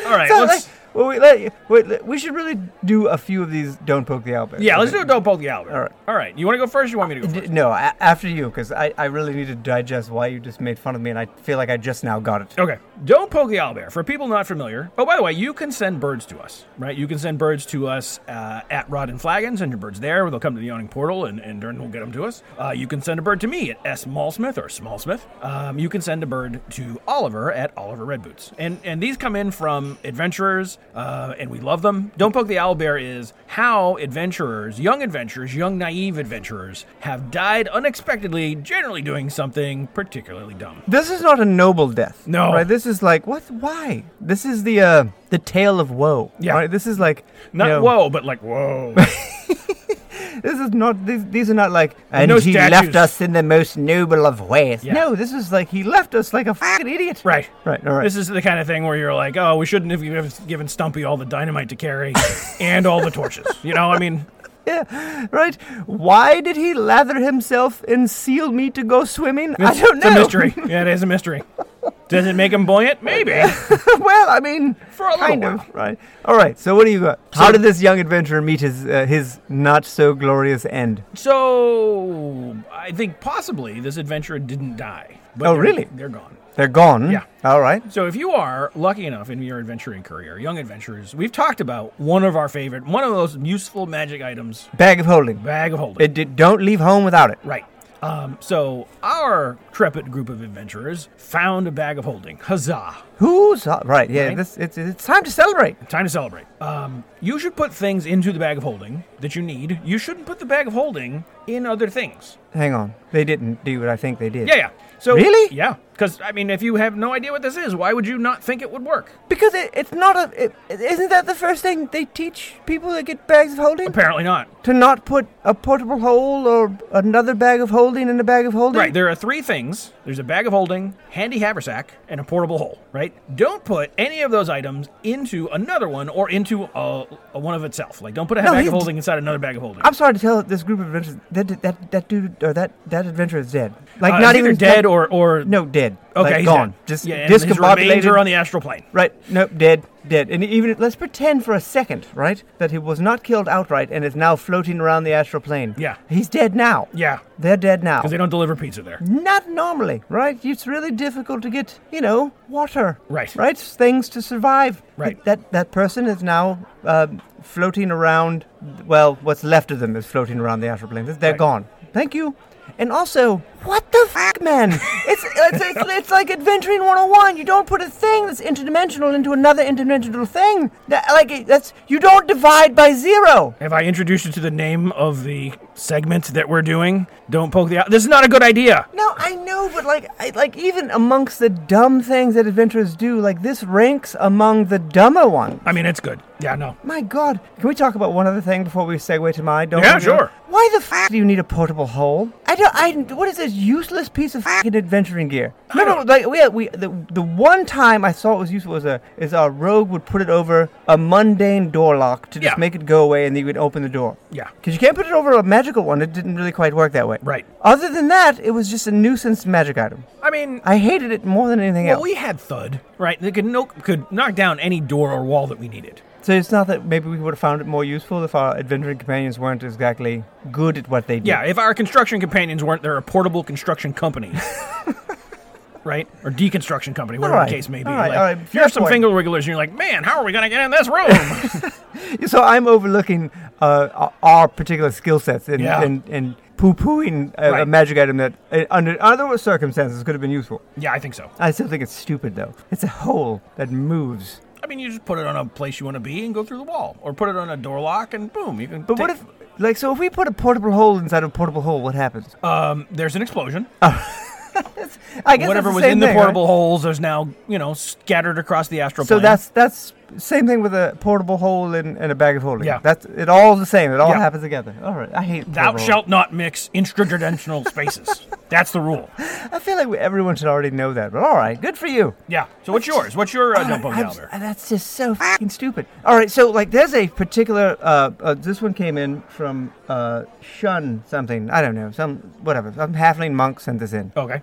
All right. So, let's, like, well, we, let, wait, we should really do a few of these. Don't poke the owlbear. yeah, let's do a don't poke the Albert. All right. All right. You want to go first? Or you want me to go first? D- No, a- after you, because I, I really need to digest why you just made fun of me, and I feel like I just now got it. Okay. Don't poke the owlbear. For people not familiar, oh, by the way, you can send birds to us, right? You can send birds to us uh, at Rod and Flagons, and your birds there. They'll come to the yawning portal, and, and Durden will get them to us. Uh, you can send a bird to me at S. Smallsmith or Smallsmith. Um, you can send a bird to Oliver at Oliver Red Boots. And, and these come in from adventurers, uh, and we love them. Don't poke the owlbear is how adventurers, young adventurers, young naive adventurers, have died unexpectedly, generally doing something particularly dumb. This is not a noble death. No. Right? This is like, what? Why? This is the uh, the tale of woe. Yeah. Right? This is like. Not you know, whoa, but like whoa. This is not. These, these are not like. And no he statues." left us in the most noble of ways. Yeah. No, this is like, he left us like a fucking idiot. right. Right, all right. This is the kind of thing where you're like, oh, we shouldn't have given- given Stumpy all the dynamite to carry and all the torches. You know, I mean, yeah, right? Why did he lather himself in seal meat to go swimming? I don't it's know. a mystery. Yeah, it is a mystery. Does it make him buoyant? Maybe. well, I mean, For a little kind of, right? All right. So, what do you got? How did this young adventurer meet his uh, his not so glorious end? So I think possibly this adventurer didn't die. But Oh, they're- really? They're gone. They're gone. Yeah. All right. So if you are lucky enough in your adventuring career, young adventurers, we've talked about one of our favorite, one of those useful magic items, Bag of holding. bag of holding. It, did don't leave home without it. Right. Um, so our trepid group of adventurers found a bag of holding. Huzzah! Who's uh, right? Yeah. Right. This it's it's time to celebrate. Time to celebrate. Um, you should put things into the bag of holding that you need. You shouldn't put the bag of holding in other things. Hang on. They didn't do what I think they did. Yeah, yeah. So Really? yeah, because I mean, if you have no idea what this is, why would you not think it would work? Because it, it's not a. It, isn't that the first thing they teach people that get bags of holding? Apparently not. To not put a portable hole or another bag of holding in a bag of holding. Right. There are three things. There's a bag of holding, handy haversack, and a portable hole. Right. Don't put any of those items into another one or into a, a one of itself. Like, don't put a No, bag he- of holding inside another bag of holding. I'm sorry to tell this group of adventurers that that that dude or that that adventurer is dead. Like Uh, not he's either even dead that- or or no dead. Okay, Like, he's gone. dead. Just yeah, and his remains discombobulated. are on the astral plane. right. Nope. Dead. Dead. And even let's pretend for a second, right, that he was not killed outright and is now floating around the astral plane. Yeah. He's dead now. Yeah, They're dead now. because they don't deliver pizza there. Not normally, right? It's really difficult to get, you know, water, Right. Right, things to survive. Right. That that person is now um floating around. Well, what's left of them is floating around the astral plane. They're Right. gone. Thank you. And also, what the fuck, man? It's it's, it's it's like adventuring 101. You don't put a thing that's interdimensional into another interdimensional thing. That, like that's you don't divide by zero. Have I introduced you to the name of the segment that we're doing? Don't poke the. This is not a good idea. No, I know, but like, I, like even amongst the dumb things that adventurers do, like this ranks among the dumber one. I mean, it's good. Yeah, no. My God, can we talk about one other thing before we segue to my? Don't Yeah, we? sure. Why the f- do you need a portable hole? I don't. I what is this useless piece of fucking adventuring gear? Remember, like we had, we the, the one time I saw it was useful was a is our rogue would put it over a mundane door lock to just Yeah. make it go away, and then you would open the door. Yeah. because you can't put it over a magical one. It didn't really quite work that way. Right. Other than that, it was just a nuisance magic item. I mean, I hated it more than anything well, else. we had Thud, right? That could no, could knock down any door or wall that we needed. so it's not that maybe we would have found it more useful if our adventuring companions weren't exactly good at what they did. Yeah, if our construction companions weren't, they're a portable construction company. Right or deconstruction company, whatever All right. the case may be. All right, Like, all right. Fair Here's some point. finger wigglers, and you're like, man, how are we gonna get in this room? So I'm overlooking uh, our- our particular skill sets and, Yeah. and, and poo-pooing a, a Right. magic item that, uh, under other circumstances, could have been useful. yeah, I think so. I still think it's stupid, though. It's a hole that moves. I mean, you just put it on a place you want to be and go through the wall, or put it on a door lock and boom, you can. But what if, like, so if we put a portable hole inside a portable hole, what happens? um, there's an explosion? I guess Whatever that's the was same in the thing, right? portable holes is now you know scattered across the astral So plane. that's that's same thing with a portable hole and, and a bag of holding. Yeah. that's it. All the same. It all Yeah. happens together. All right. I hate. thou portable holes. shalt not mix intradimensional spaces. that's the rule. I feel like we, everyone should already know that. But all right, good for you. Yeah. So what's yours? What's your uh, dump on I'm- Galber? That's just so fucking stupid. All right, so like, there's a particular. Uh, uh, this one came in from uh, Shun something. I don't know. Some whatever. Some halfling monk sent this in. Okay.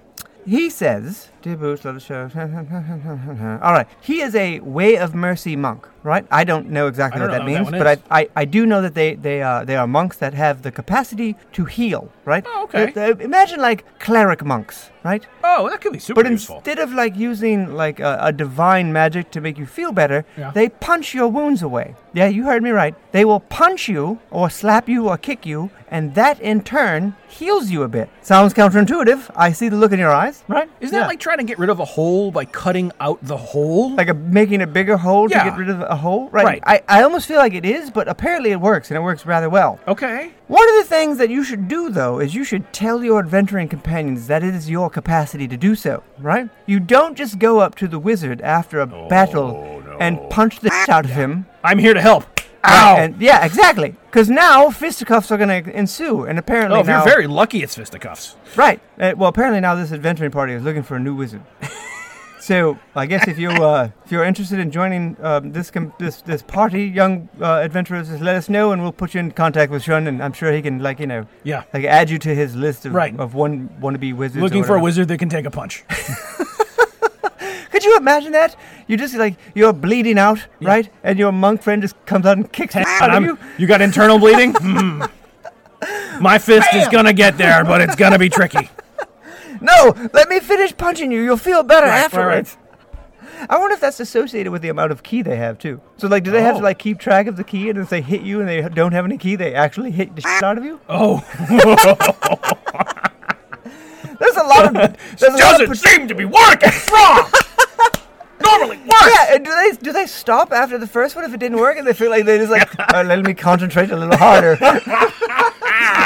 He says, "Dear Boots, let us show." All right, he is a Way of Mercy monk, right? I don't know exactly I don't what that know means, what that but one is. I, I, I do know that they they are they are monks that have the capacity to heal, right? Oh, okay. They- they- imagine like cleric monks, right? Oh, that could be super But useful. instead of like using like a, a divine magic to make you feel better, Yeah. they punch your wounds away. Yeah, you heard me right. They will punch you or slap you or kick you, and that in turn heals you a bit. Sounds counterintuitive. I see the look in your eyes, right? Isn't that Yeah. like trying to get rid of a hole by cutting out the hole? like a, making a bigger hole Yeah. to get rid of a hole? Right. Right. I, I almost feel like it is, but apparently it works, and it works rather well. okay. One of the things that you should do, though, is you should tell your adventuring companions that it is your capacity to do so, right? You don't just go up to the wizard after a Oh, battle and punch the shit out of him. I'm here to help. Right, Ow. And, yeah, exactly. Because now fisticuffs are going to ensue, and apparently oh, if now, you're very lucky, it's fisticuffs. right? Uh, well, apparently now this adventuring party is looking for a new wizard. so I guess if you uh, if you're interested in joining um, this com- this this party, young uh, adventurers, just let us know, and we'll put you in contact with Shun, and I'm sure he can like you know Yeah. like add you to his list of Right. of one wannabe wizards. or Looking for a whatever. wizard that can take a punch. Could you imagine that? You just like you're bleeding out, right? And your monk friend just comes out and kicks the out And of I'm- you. got internal bleeding? Hmm. My fist is gonna get there, but it's gonna be tricky. No, let me finish punching you. You'll feel better Right, right, afterwards. I wonder if that's associated with the amount of key they have too. So like, do they have to Oh. like keep track of the key? And if they hit you and they don't have any key, they actually hit the shit out of you. Oh, There's a lot of there's a lot of doesn't seem to be working. It's wrong. Normally works. Yeah, and do they do they stop after the first one if it didn't work, and they feel like they just like "All right, let me concentrate a little harder.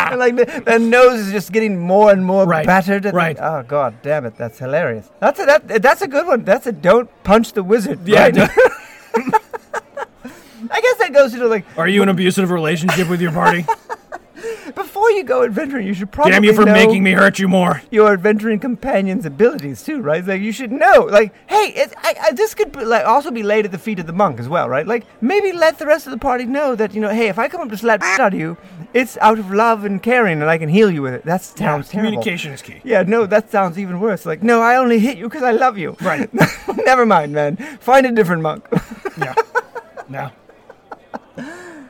And, like the, their nose is just getting more and more Right, battered. and right. like, oh god, damn it, that's hilarious. That's a that, that's a good one. That's a don't punch the wizard. Yeah, right? no. I guess that goes into like Are you in an abusive relationship with your party? before you go adventuring, you should probably Damn you for know making me hurt you more. your adventuring companion's abilities too, right? It's Like you should know, like, hey, it's, I, I, this could be, like also be laid at the feet of the monk as well, right? Like maybe let the rest of the party know that you know, hey, if I come up to slap shit out of you, it's out of love and caring, and I can heal you with it. That sounds terrible. Communication is key. Yeah, no, that sounds even worse. Like, no, I only hit you because I love you. Right. Never mind, man. Find a different monk. Yeah. No.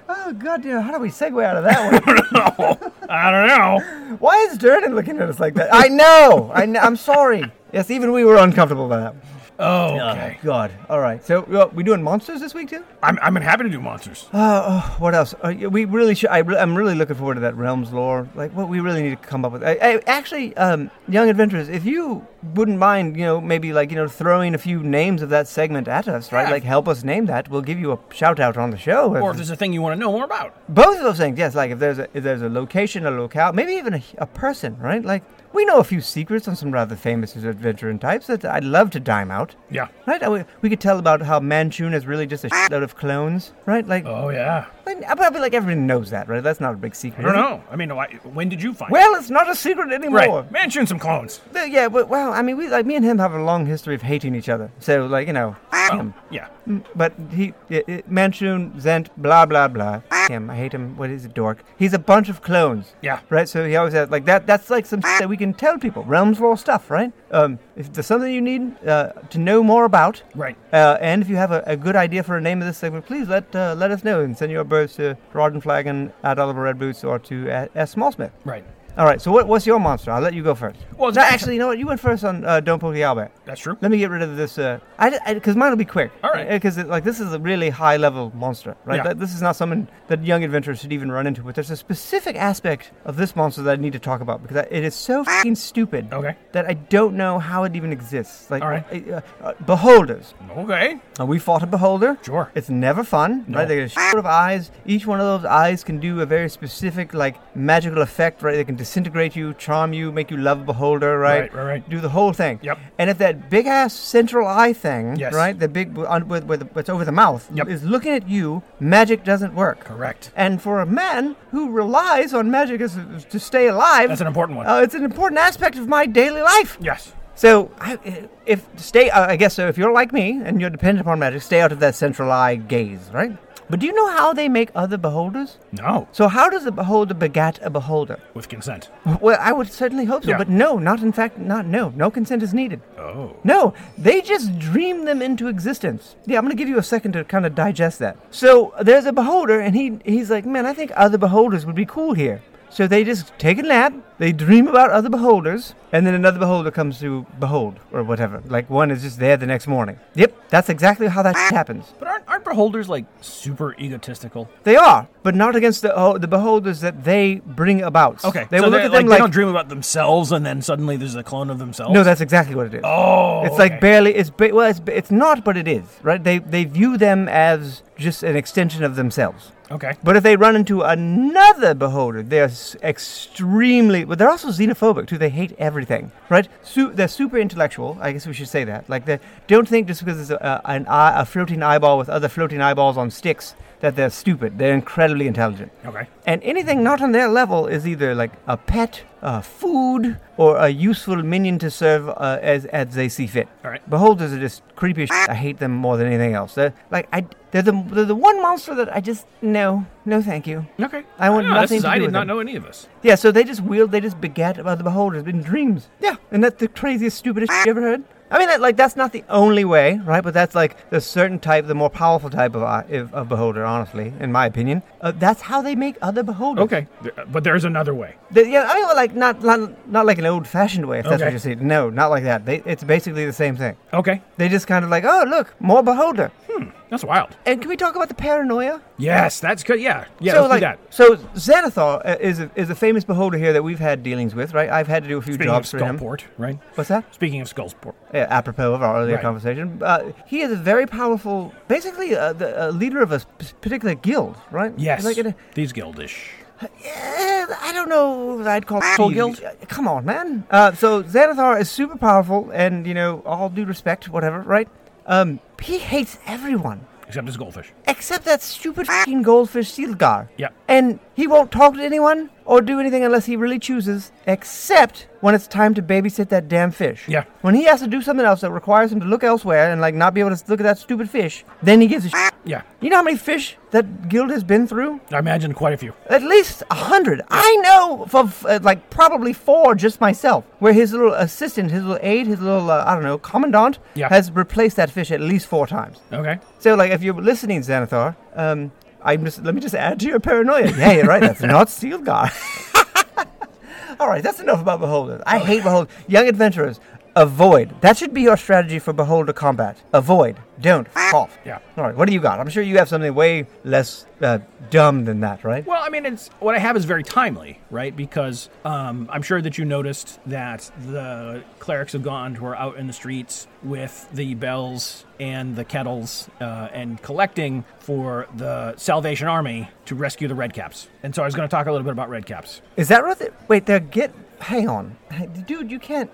oh God, you know, how do we segue out of that one? I don't know. Why is Durden looking at us like that? I know. I know. I'm sorry. Yes, even we were uncomfortable by that. Oh, Oh, okay. God. All right. So uh, we doing monsters this week too? I'm, I'm happy to do monsters. Uh, oh, what else? Uh, yeah, we really should. I re- I'm really looking forward to that realms lore. Like what we really need to come up with. I, I, actually, um, young adventurers, if you wouldn't mind, you know, maybe like you know, throwing a few names of that segment at us, right? Yeah. Like help us name that. We'll give you a shout out on the show. Or if there's a thing you want to know more about. both of those things, yes. Like if there's a if there's a location, a locale, maybe even a, a person, right? Like we know a few secrets on some rather famous adventuring types that I'd love to dime out. Yeah. Oh, Right? Uh, We, we could tell about how Manchun is really just a shitload of clones, right? Like, Oh, yeah. like, I mean, I feel like everybody knows that, right? That's not a big secret. I don't is it? know. I mean, why, when did you find Well, it's not a secret it? Right. anymore. Mention some clones. Uh, Yeah, but well, I mean, we like me and him have a long history of hating each other. So like you know, Oh. um, him. Yeah. But he, i i Manchun, Zent, blah blah blah. Him, I hate him. What is a dork? He's a bunch of clones. Yeah. Right. So he always has like that. That's like some that we can tell people. Realms lore stuff, right? Um, if there's something you need uh, to know more about, Right. Uh, and if you have a, a good idea for a name of this segment, please let uh, let us know and send your birds to Rod and Flagon at Oliver Red Boots or to uh, S. Smallsmith. Right. All right. So what, what's your monster? I'll let you go first. Well, no, it's- actually, you know what? You went first on uh, Don't Poke the Owlbear. That's true. Let me get rid of this. Uh, I because mine will be quick. All right. Because like this is a really high level monster, right? Yeah. That, this is not someone that young adventurers should even run into. But there's a specific aspect of this monster that I need to talk about because I, it is so fucking stupid. Ah! Okay. That I don't know how it even exists. Like, All right. uh, uh, beholders. Okay. Uh, we fought a beholder. Sure. It's never fun, right? They get a shitload of eyes. Each one of those eyes can do a very specific, like, magical effect, right? They can disintegrate you, charm you, make you love a beholder, right? Right, right, right. Do the whole thing. Yep. And if that big ass central eye thing, Yes. right, the big on, with, with what's over the mouth, Yep. is looking at you, magic doesn't work. Correct. And for a man who relies on magic as, to stay alive, That's an important one. uh, it's an important aspect of my daily life. yes. So, I- if stay, uh, I guess so. If you're like me and you're dependent upon magic, stay out of that central eye gaze, right? But do you know how they make other beholders? No. So, how does a beholder begat a beholder? With consent. Well, I would certainly hope so, Yeah. but no, not in fact, not no, no consent is needed. Oh. No, they just dream them into existence. Yeah, I'm gonna give you a second to kind of digest that. So there's a beholder, and he he's like, man, I think other beholders would be cool here. So they just take a nap, they dream about other beholders, and then another beholder comes to behold or whatever. Like one is just there the next morning. Yep, that's exactly how that happens. But aren't, aren't beholders like super egotistical? They are, but not against the oh, the beholders that they bring about. they so will look they're- at them they like, don't dream about themselves, and then suddenly there's a clone of themselves. no, that's exactly what it is. oh, It's okay. like barely. It's ba- well. It's ba- it's not, but it is right. They they view them as just an extension of themselves. okay. But if they run into another beholder, they're s- extremely. But they're also xenophobic too. They hate everything, right? Su- they're super intellectual. I guess we should say that. Like they don't think just because it's a, a, an eye, a floating eyeball with other floating eyeballs on sticks that they're stupid. They're incredibly intelligent. Okay. And anything not on their level is either like a pet, uh, food, or a useful minion to serve uh, as as they see fit. All right. Beholders are just creepy. As shit. I hate them more than anything else. They're like I, they're the they're the one monster that I just no no thank you. Okay. I want don't know, this nothing is- to I do did with not them. know any of this. Yeah, so they just wield, they just begat about the beholders in dreams. Yeah, and that's the craziest, stupidest shit you ever heard. I mean, that, like that's not the only way, right? But that's like the certain type, the more powerful type of eye- of, of beholder, honestly, in my opinion. Uh, that's how they make other beholders. Okay. There- But there's another way. The, yeah, I mean, well, like not, not not like an old-fashioned way, if that's Okay. what you're saying. No, not like that. They, it's basically the same thing. Okay. They just kind of like, oh, look, more beholder. That's wild. And can we talk about the paranoia? Yes, that's good. Yeah. Yeah. so let's like, do that. so Xanathar uh, is a, is a famous beholder here that we've had dealings with, right? I've had to do a few Speaking of jobs for him. Skullport, right? What's that? Speaking of Skullport. Yeah, apropos of our earlier Right. conversation, uh, he is a very powerful, basically uh, the uh, leader of a sp- particular guild, right? Yes. Like an, These guildish. Eh, I don't know. if I'd call Asshole it- guild? Uh, Come on, man. Uh, so Xanathar is super powerful, and you know, all due respect, whatever, right? Um, he hates everyone Except it's goldfish. except that stupid fucking goldfish Silgar. Yep. And he won't talk to anyone or do anything unless he really chooses, except when it's time to babysit that damn fish. Yeah. When he has to do something else that requires him to look elsewhere and like not be able to look at that stupid fish, then he gives a shit. Yeah. You know how many fish that guild has been through? I imagine quite a few. At least a hundred. I know for f- uh, like probably four just myself. Where his little assistant, his little aide, his little uh, I don't know commandant Yeah. has replaced that fish at least four times. Okay. So like if you're listening, Xanathar, um, I'm just let me just add to your paranoia. Yeah, you're right. That's not Steel Guy. All right, that's enough about beholders. I hate beholders. Young adventurers, avoid. That should be your strategy for beholder combat. Avoid. Don't. F- off. Yeah. All right, what do you got? I'm sure you have something way less uh, dumb than that, right? Well, I mean, it's what I have is very timely, right? Because um, I'm sure that you noticed that the clerics of Gond were out in the streets with the bells and the kettles uh, and collecting for the Salvation Army to rescue the Redcaps. And so I was going to talk a little bit about Redcaps. Is that right? Wait, they're get. Hang on, Hey, dude. You can't.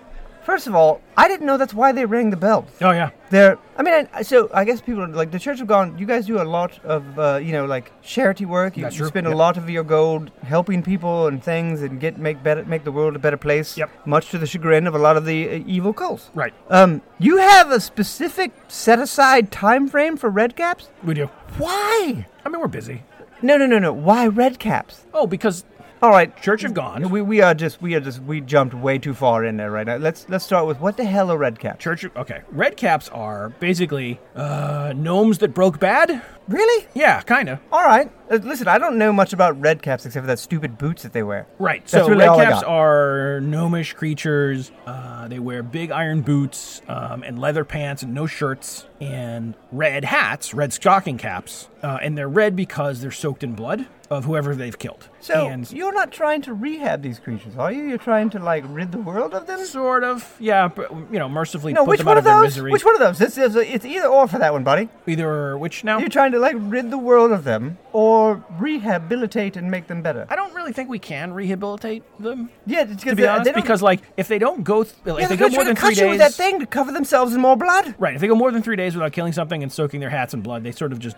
First of all, I didn't know that's why they rang the bell. Oh yeah. They're, I mean, I- I, so I guess people are like the Church of God. You guys do a lot of, uh, you know, like charity work. You, That's you true, spend yep. a lot of your gold helping people and things, and get make better, make the world a better place. Yep. Much to the chagrin of a lot of the uh, evil cults. Right. Um, you have a specific set aside time frame for red caps. We do. Why? I mean, we're busy. No, no, no, no. Why red caps? Oh, because All right, Church of Gone. we, we are just we are just we jumped way too far in there right now. Let's let's start with what the hell are red caps? Church. of- Okay. Red caps are basically uh, gnomes that broke bad. Really? Yeah, kind of. All right. Uh, Listen, I don't know much about red caps except for that stupid boots that they wear. Right. That's so really red all I caps got. are gnomish creatures. Uh, they wear big iron boots um, and leather pants and no shirts and red hats, red stocking caps, uh, and they're red because they're soaked in blood of whoever they've killed. So and you're not trying to rehab these creatures, are you? You're trying to like rid the world of them? sort of, yeah, but you know, mercifully No, put which them one out of of their those? misery. Which one of those? It's, it's, it's either or for that one, buddy. Either which now. You're trying to like rid the world of them or rehabilitate and make them better. I don't really think we can rehabilitate them. Yeah, it's uh, To be honest, because like if they don't go, th- like, yeah, if they they're go gonna try more than to three cut you days. with that thing to cover themselves in more blood. Right, if they go more than three days without killing something and soaking their hats in blood, they sort of just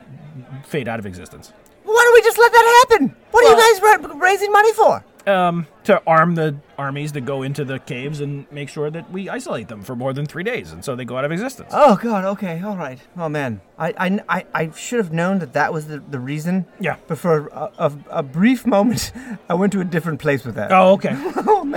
fade out of existence. Why don't we just let that happen? What are you guys ra- raising money for? um, to arm the armies to go into the caves and make sure that we isolate them for more than three days, and so they go out of existence. Oh God. Okay. All right. Oh man. I I, I, I should have known that that was the, the reason. Yeah. But for a, a, a brief moment, I went to a different place with that. oh, okay.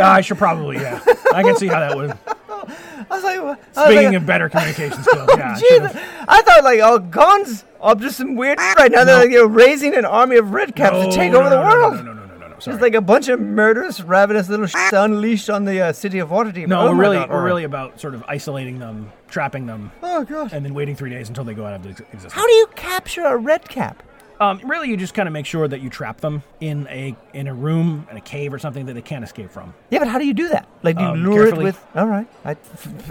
I should probably, yeah. I can see how that would. I was like, I was Speaking like, of better communication skills, yeah. I Jesus. should've- I thought like, oh, guns are just some weird right now. They're like, you're raising an army of red caps No, to take Oh, no, over no, the no, world. No, no, no, no, no, no. Sorry. It's like a bunch of murderous, ravenous little shits unleashed on the uh, city of Waterdeep. no, Oh, we're my really, God, all we're right. really about sort of isolating them, trapping them, Oh God. and then waiting three days until they go out of ex- existence. How do you capture a red cap? Um, really, you just kind of make sure that you trap them in a in a room, in a cave, or something that they can't escape from. Yeah, but how do you do that? Like, do you Um, lure carefully. it with? All right. I,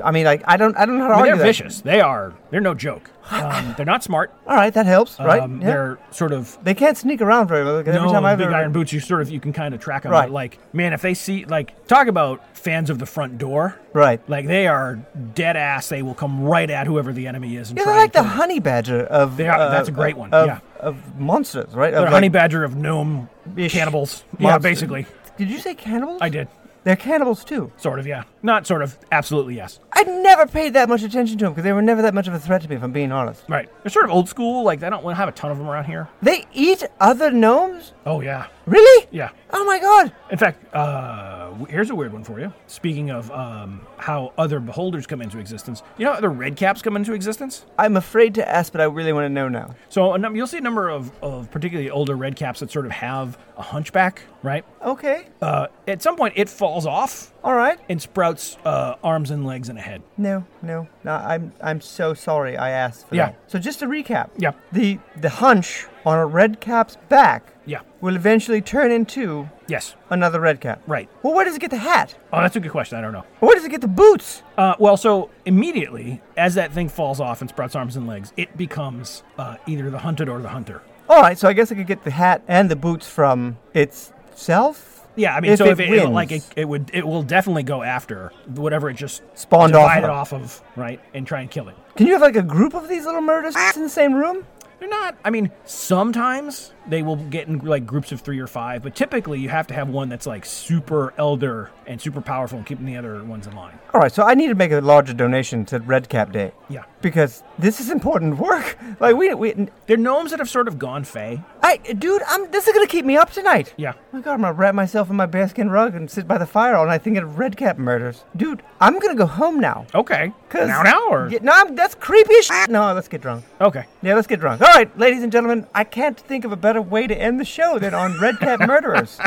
I mean, like, I don't, I don't know how to I mean, argue they're that. vicious. They are. They're no joke. Um, they're not smart. All right, that helps, right? Um, Yeah. They're sort of They can't sneak around very well. 'cause no every time I've big ever, iron boots. You sort of you can kind of track them. Right. But like man, if they see like talk about fans of the front door, right? like they are dead ass. They will come right at whoever the enemy is and Yeah, try. they're like the and kill them. honey badger of. They are- uh, that's a great one, Of, yeah. of monsters, right? They're of honey like, badger of gnome ish cannibals. Yeah, monsters. basically. Did you say cannibals? I did They're cannibals too. sort of. Yeah, not sort of. Absolutely yes. I never paid that much attention to them because they were never that much of a threat to me, if I'm being honest. Right. They're sort of old school. Like they don't we don't have a ton of them around here. They eat other gnomes. Oh yeah. Really? Yeah. Oh my god. In fact, uh, w- here's a weird one for you. Speaking of um, how other beholders come into existence, you know how other red caps come into existence? I'm afraid to ask, but I really want to know now. So a num- you'll see a number of, of particularly older red caps that sort of have a hunchback, right? Okay. Uh, at some point, it falls off All right. and sprouts uh, arms and legs and a head. No, no, no. I'm I'm so sorry. I asked for Yeah. that. So just to recap. Yeah. The the hunch on a red cap's back. Yeah. Will eventually turn into Yes. another red cap. Right. Well, where does it get the hat? Oh, that's a good question. I don't know. Where does it get the boots? Uh, well, so immediately as that thing falls off and sprouts arms and legs, it becomes uh, either the hunted or the hunter. All right. So I guess I could get the hat and the boots from itself. Yeah, I mean, If so it if it, wins. like it, it would, it will definitely go after whatever it just Spawned off divided of. off of, right, and try and kill it. Can you have like a group of these little murders in the same room? They're not. I mean, sometimes they will get in like groups of three or five, but typically you have to have one that's like super elder and super powerful and keeping the other ones in line. All right. So I need to make a larger donation to Red Cap Day. Yeah. Because this is important work. Like we we. They're gnomes that have sort of gone fey. I, dude, I'm, this is gonna keep me up tonight. Yeah. Oh my god, I'm gonna wrap myself in my bearskin rug and sit by the fire all night thinking of redcap murders. Dude, I'm gonna go home now. Okay. Now, now, or Yeah, no, I'm, that's creepy as shit. No, let's get drunk. okay. Yeah, let's get drunk. All right, ladies and gentlemen, I can't think of a better way to end the show than on redcap murderers.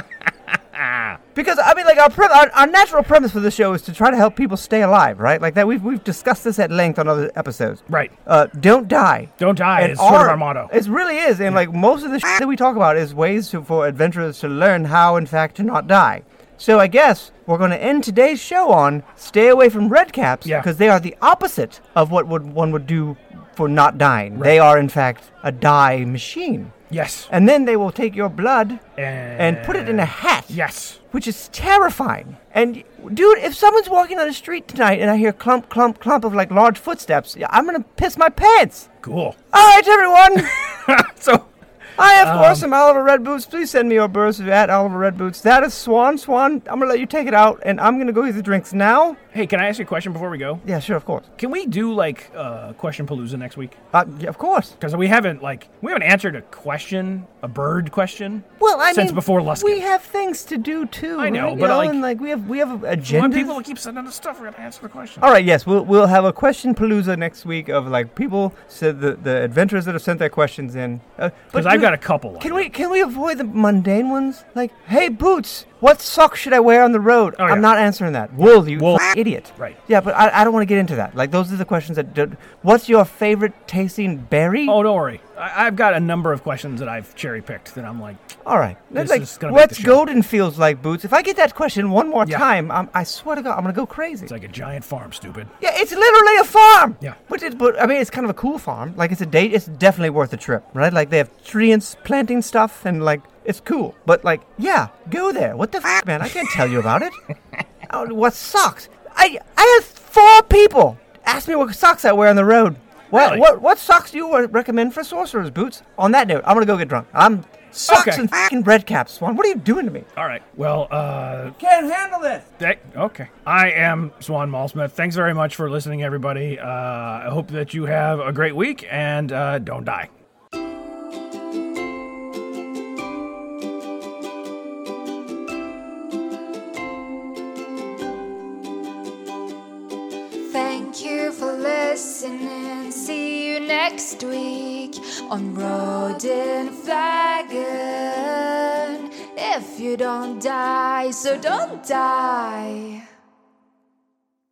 Because I mean, like our, pre- our our natural premise for the show is to try to help people stay alive, right? Like that we've we've discussed this at length on other episodes. Right. Uh, don't die. Don't die And is sort of our motto. It really is, and like most of the shit that we talk about is ways to, for adventurers to learn how, in fact, to not die. So I guess we're going to end today's show on stay away from red caps Yeah. because they are the opposite of what would one would do for not dying. They are, in fact, a die machine. Yes. and then they will take your blood and put it in a hat. Yes. Which is terrifying. And dude, if someone's walking on the street tonight and I hear clump, clump, clump of like large footsteps, yeah, I'm gonna piss my pants. Cool. All right, everyone. so I, of course, am Oliver Red Boots. Please send me your birds at Oliver Red Boots. That is Swan. Swan, I'm gonna let you take it out, and I'm gonna go get the drinks now. hey, can I ask you a question before we go? Yeah, sure, of course. Can we do like uh, question palooza next week? Uh, yeah, of course. Because we haven't like we haven't answered a question, a bird question. Well, I since mean, before Luskin. we have things to do too. I right? know, but, you know, like- and, like we have we have Why agendas. people keep sending us stuff? We're gonna answer the question. All right, yes, we'll we'll have a question palooza next week of like people said the the adventurers that have sent their questions in. Uh, Because Because I've got a couple. Can we can we avoid the mundane ones? Like, hey Boots, what socks should I wear on the road? Oh, yeah. I'm not answering that. Wool, you Wool. f- idiot. Right. Yeah, but I, I don't want to get into that. Like, those are the questions that. do what's your favorite tasting berry? Oh, don't worry. I- I've got a number of questions that I've cherry picked that I'm like, All right. This like, is gonna make what's the show. golden feels like, Boots? If I get that question one more Yeah. time, I'm, I swear to God, I'm gonna go crazy. it's like a giant farm, stupid. yeah, it's literally a farm. Yeah. But it, but I mean, it's kind of a cool farm. Like, it's a date. It's definitely worth a trip, right? Like, they have tree and s- planting stuff, and like, it's cool. But like, yeah, go there. What the f, man? I can't tell you about it. oh, what socks? I I had four people ask me what socks I wear on the road. What Really? what what socks do you wa- recommend for sorcerers boots? On that note, I'm gonna go get drunk. I'm socks Okay. and fucking red caps, Swan. What are you doing to me? All right. Well, uh, Can't handle this. That, okay. I am Swan Malsmith. Thanks very much for listening, everybody. Uh, I hope that you have a great week and uh, don't die. Thank you for listening. See you next week on Rodin Flagon. If you don't die, so don't die.